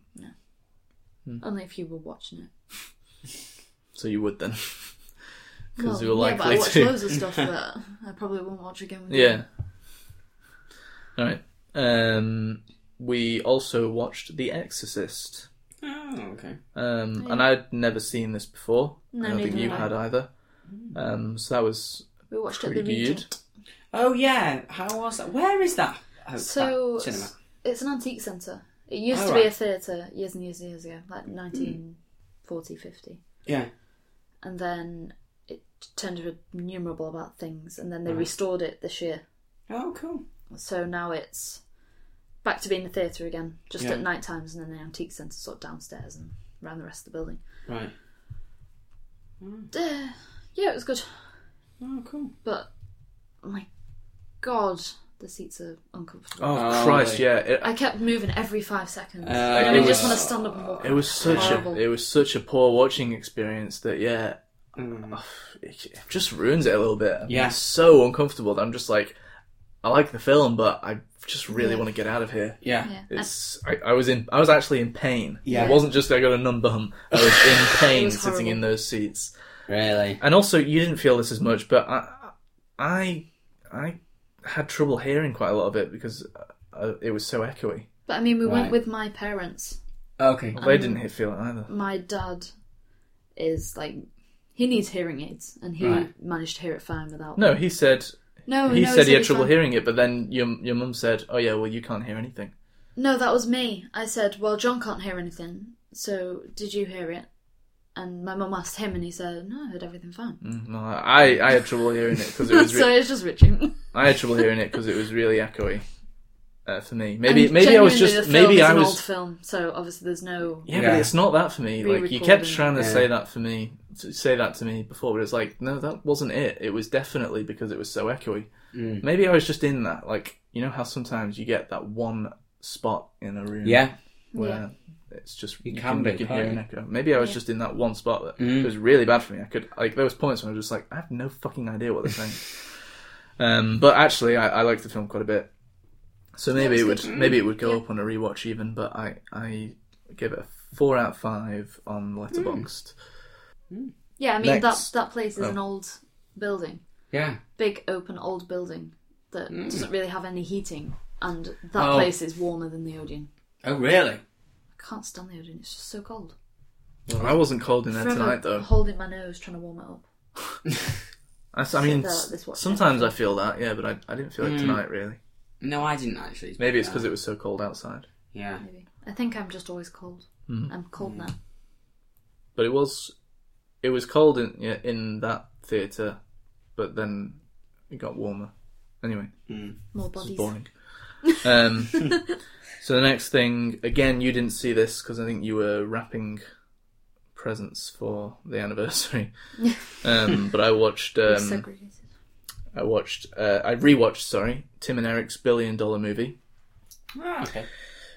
Only if you were watching it.
so you would then, because
Well,
you're
yeah, but I
likely
watched
to.
loads of stuff that I probably won't watch again. With
Yeah. All right. Um, we also watched The Exorcist,
Oh, okay.
um, and I'd never seen this before.
No,
I don't think
neither
you
had I.
had either. Um, so that was
you. We watched it at the
pretty
Regent.
good.
Oh yeah. How was that? Where is that? Oh,
So
that cinema.
it's, it's an antique centre. It used
Oh,
to be a
right.
theatre years and years and years ago, like
Hmm.
1940, 50.
Yeah.
And then it turned to innumerable about things, and
Uh-huh.
then they restored it this year.
Oh, cool.
So now it's back to being a theatre again, just
Yeah.
at night times, and then the antique centre sort of downstairs and around the rest of the building.
Right.
Uh, yeah, it was good,
Oh, cool.
but my god, the seats are uncomfortable.
Oh,
Oh,
Christ!
really?
Yeah, it,
I kept moving every five seconds,
Uh,
and then I
it was-
just want to stand up and walk.
it was such
Horrible.
a it was such a poor watching experience that yeah,
Mm.
it, it just ruins it a little bit. I mean,
Yeah.
it's so uncomfortable that I'm just like, I like the film, but I just really
Yeah.
want to get out of here.
Yeah.
Yeah.
It's. I, I was in. I was actually in pain.
Yeah.
It wasn't just I got a numb bum. I was in pain
was
sitting in
horrible.
those seats.
Really.
And also, you didn't feel this as much, but I, I, I had trouble hearing quite a lot of it because uh, it was so echoey.
But I mean, we went
Right.
with my parents.
Okay.
They didn't
Um,
he- feel it either.
My dad is like he needs hearing aids, and he
Right.
managed to hear it fine without.
No, he said.
no,
He
Oh, no,
said he had
it's
trouble
fine.
hearing it, but then your your mum said, "Oh yeah, well you can't hear anything."
No, that was me. I said, "Well, John can't hear anything, so did you hear it?" And my mum asked him, and he said, "No, I heard everything fine."
Mm, No, I I had trouble hearing it because it was.
so
Re-
it's just Richie.
I had trouble hearing it because it was really echoey. Uh, for me, maybe
And
maybe I was
genuinely,
just
the film
maybe
is
I
an
was
old film, so obviously there's no.
Yeah,
Yeah.
but it's not that for me. Like you
Re-recording.
kept trying to
Yeah.
say that for me, to say that to me before, but it's like no, that wasn't it. It was definitely because it was so echoey.
Mm.
Maybe I was just in that. Like you know how sometimes you get that one spot in a room,
Yeah.
where it's just you,
can
can,
be,
you can
can't
hear an
you?
echo. Maybe I was
Yeah.
just in that one spot that it was really bad for me. I could like there was points when I was just like I have no fucking idea what they're saying. um, but actually, I, I liked the film quite a bit, so maybe
it
it
was
would
good.
maybe it would go
Yeah.
up on a rewatch even. But I I give it a four out of five on Letterboxd.
Yeah, I mean
Next.
that that place is
Oh.
an old building.
Yeah.
big open old building that doesn't really have any heating, and that
Oh.
place is warmer than the Odeon.
Oh, really?
I can't stand the Odeon; it's just so cold.
I wasn't cold in there
Forever
tonight though.
holding my nose trying to warm it up.
I, s- I mean,
there like
s-
this watching
sometimes I feel that, yeah, but I, I didn't feel it tonight really.
No, I didn't actually.
Maybe it's because it was so cold outside.
Yeah.
Maybe I think I'm just always cold.
Mm-hmm.
I'm cold now.
but it was it was cold in yeah, in that theater, but then it got warmer. Anyway,
More
this is
bodies.
boring. Um, so the next thing, again, you didn't see this because I think you were wrapping presents for the anniversary. um, but I watched. Um,
Segregated.
I watched. Uh, I rewatched. Sorry, Tim and Eric's billion dollar movie
Ah, okay.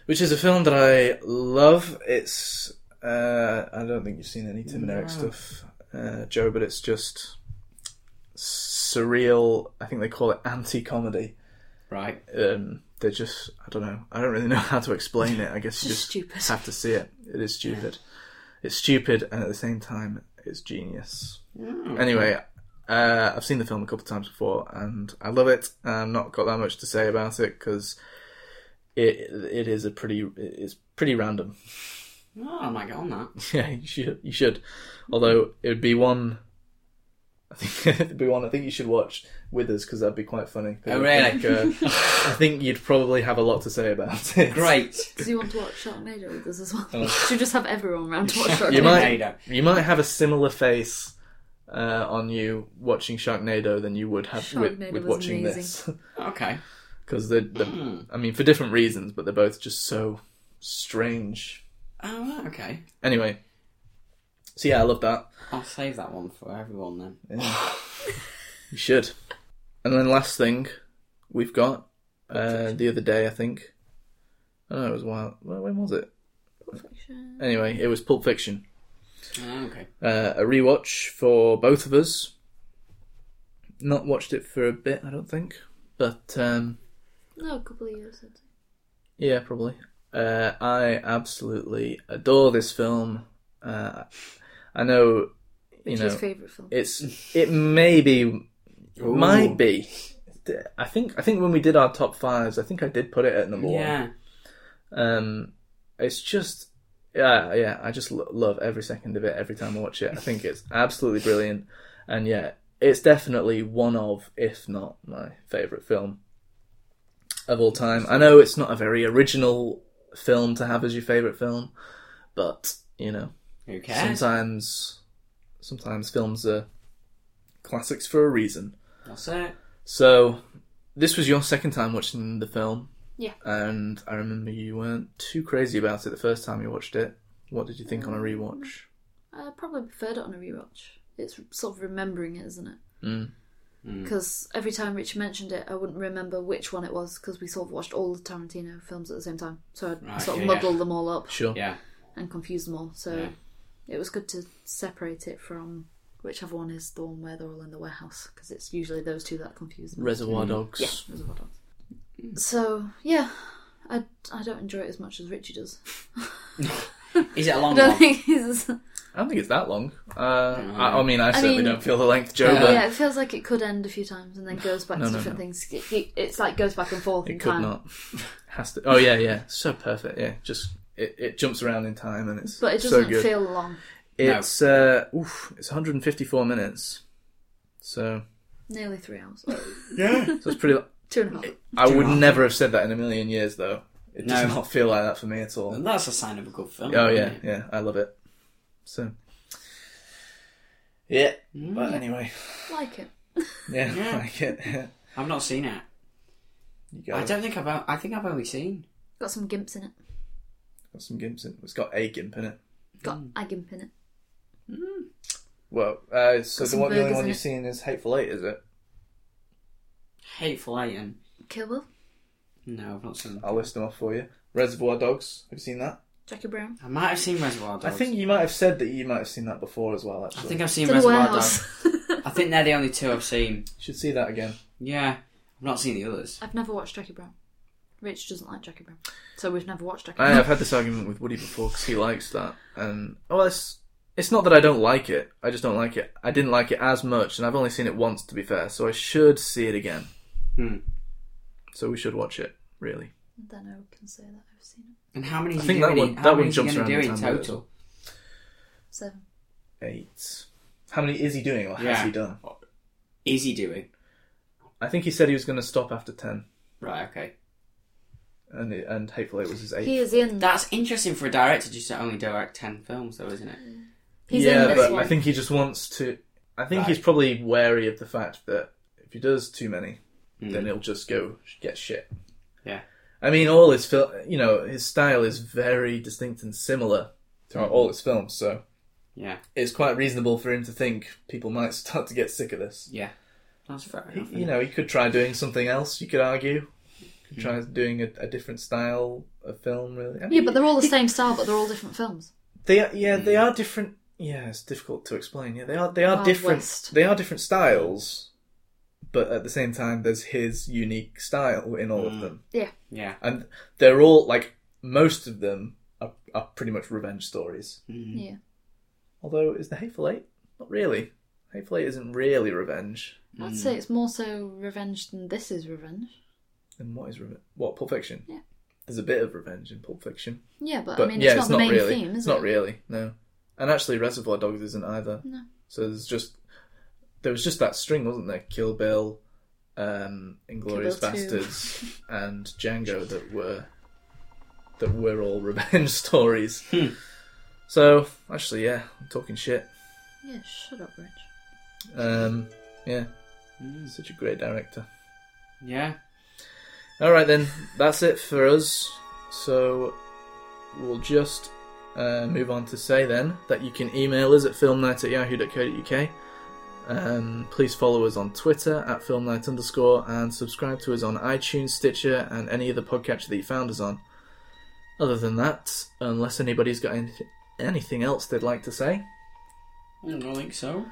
which is a film that I love. It's uh, I don't think you've seen any Tim and Eric stuff, uh, Joe, but it's just surreal. I think they call it anti-comedy.
Right.
Um, they're just I don't know. I don't really know how to explain it. I guess you just
Just stupid.
have to see it. It is stupid. It's stupid, and at the same time, it's genius.
Mm.
Anyway. Uh, I've seen the film a couple of times before, and I love it. I've not got that much to say about it because it it is a pretty it's pretty random.
Oh, I might get on that.
Yeah, you should you should. Although it would be one I think it'd be one I think you should watch with us because that'd be quite funny.
Oh,
I
really?
think, uh, I think you'd probably have a lot to say about it.
Great.
Does he want to watch Sharknado with us as well?
Oh.
Should we just have everyone round to watch Sharknado?
You might,
Sharknado.
you might have a similar face uh, on you watching Sharknado than you would have with,
Sharknado
with
was
watching
amazing.
this.
Okay.
because they're,
Hmm.
they're I mean, for different reasons, but they're both just so strange.
Oh, right, okay.
Anyway, so yeah, I love that.
I'll save that one for everyone then.
You should. And then last thing we've got uh, the other day, I think. I don't know, it was a while. When when was it? Anyway, it was Pulp Fiction.
Oh, okay.
Uh, a rewatch for both of us. Not watched it for a bit, I don't think. But um,
No, a couple of years. I'd say.
Yeah, probably. Uh, I absolutely adore this film. Uh, I know, you
Which
know,
is favourite film?
it's it may be, might be. I think I think when we did our top fives, I think I did put it at number
Yeah.
one. Um, it's just, yeah, yeah. I just lo- love every second of it. Every time I watch it, I think it's absolutely brilliant. And yeah, it's definitely one of, if not my favorite film of all time. I know it's not a very original film to have as your favorite film, but you know,
Who cares?
sometimes sometimes films are classics for a reason.
That's it.
So this was your second time watching the film.
Yeah.
And I remember you weren't too crazy about it the first time you watched it. What did you think on a rewatch?
I probably preferred it on a rewatch. It's sort of remembering it, isn't it?
Mm.
Because every time Rich mentioned it, I wouldn't remember which one it was because we sort of watched all the Tarantino films at the same time. So I'd
Right,
sort of
yeah, yeah.
muddle them all up
Sure.
Yeah.
and confuse them all. So
Yeah.
it was good to separate it from whichever one is the one where they're all in the warehouse because it's usually those two that confuse me.
Reservoir Dogs.
Yeah, Reservoir Dogs.
Mm.
So yeah, I, I don't enjoy it as much as Richie does.
Is it a
I
long
don't
one?
think he's.
I don't think it's that long. Uh, I, I mean, I certainly
mean-
don't feel the length, Joe, but
yeah, it feels like it could end a few times and then goes back
No,
to
no,
different
no.
things. It- it- It's like goes back and forth in
it could
time.
not. Has to. Oh yeah, yeah. So perfect. Yeah, just it, it jumps around in time and it's
But it
so
doesn't
good.
feel long.
It's uh, oof, it's 154 minutes. So
Nearly three hours.
so it's pretty.
Two and a half.
I would
Giraffe.
never have said that in a million years, though. It does
No.
not feel like that for me at all.
That's a sign of a good film.
Oh
isn't
yeah,
it?
yeah, I love it. So yeah, but anyway,
Like it.
yeah,
Mm. Yeah.
I like it. you
I've not seen it.
got
I don't think I've. o- I think I've only seen.
Got some gimps in it.
got some gimps in. It's got a gimp in it.
Got
Mm.
a gimp in it.
Well, uh, so
Got
the,
some
one, the only
burgers
one
in
you've
it.
seen is Hateful Eight, is it?
Hateful Eight and
Kill Bill.
no, I've not seen.
I'll list them off for you. Reservoir Dogs. Have you seen that?
Jackie Brown.
I might have seen Reservoir Dogs.
I think you might have said that you might have seen that before as well.
I
Actually,
think I've seen
It's in the
Reservoir
warehouse.
Dogs. I think they're the only two I've seen.
you should see that again.
Yeah, I've not seen the others.
I've never watched Jackie Brown. Rich doesn't like Jackie Brown, so we've never watched Jackie.
I
Brown.
have had this argument with Woody before because he likes that, and oh, it's it's not that I don't like it. I just don't like it. I didn't like it as much, and I've only seen it once, to be fair. So I should see it again.
Hmm.
So we should watch it. Really,
Then I can say that I've seen it.
And how many? I
think
you
that
really-
one-
how
that
many
one
is he
jumps
gonna
around
do
the
in
time a bit.
total.
Seven.
eight. How many is he doing, or has
Yeah.
he done?
Is he doing?
I think he said he was going to stop after ten,
Right. Okay.
and it, and Hateful Eight was his eighth.
He is in.
That's interesting for a director just to only direct ten films, though, isn't it?
He's
yeah,
in this
but
one.
I think he just wants to. I think
Right.
he's probably wary of the fact that if he does too many,
Mm.
then he'll just go sh- get shit.
Yeah.
I mean, all his film, you know, his style is very distinct and similar throughout
Hmm.
all his films, so
Yeah.
it's quite reasonable for him to think people might start to get sick of this.
Yeah. That's fair
He-
enough.
you know, he could try doing something else. You could argue,
Hmm.
could try doing a, a different style of film. Really, I
Yeah,
mean,
but they're all the same style, but they're all different films.
They are, yeah, they are different. Yeah, it's difficult to explain. Yeah, they are they are
Wild
different.
West.
They are different styles, but at the same time, there's his unique style in all of them,
Yeah.
Yeah.
and they're all like most of them are, are pretty much revenge stories.
Yeah.
Although, is the Hateful Eight not really? Hateful Eight isn't really revenge.
I'd
Mm.
say it's more so revenge than this is revenge.
Then what is revenge? What Pulp Fiction?
Yeah.
There's a bit of revenge in Pulp Fiction,
Yeah, but,
but
I mean,
yeah,
it's not
it's
the
not
main
really.
theme, is
it's
it?
not really no. And actually, Reservoir Dogs isn't either.
No.
So there's just there was just that string, wasn't there? Kill Bill, um, Inglorious
Bill 2.
Bastards, and Django that were that were all revenge stories. so actually, yeah, I'm talking shit.
Yeah, shut up, Rich.
Um, yeah, such a great director.
Yeah.
All right, then that's it for us. So we'll just uh, move on to say then that you can email us at filmnight at yahoo.co.uk. Um, please follow us on Twitter at filmnight underscore and subscribe to us on iTunes, Stitcher, and any other podcatcher that you found us on. Other than that, unless anybody's got any- anything else they'd like to say.
I don't think so.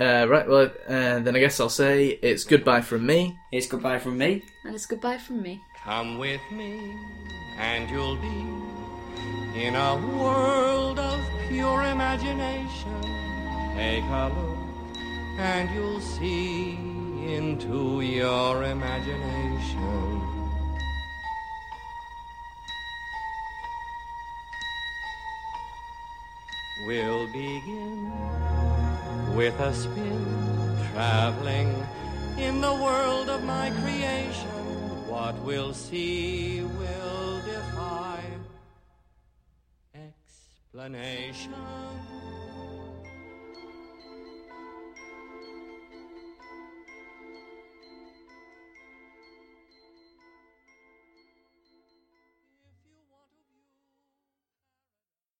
Uh, right, well, uh, then I guess I'll say it's goodbye from me.
It's goodbye from me.
And it's goodbye from me.
Come with me, and you'll be in a world of pure imagination. Take a look, and you'll see into your imagination. We'll begin with a spin, traveling in the world of my creation. What we'll see will defy explanation.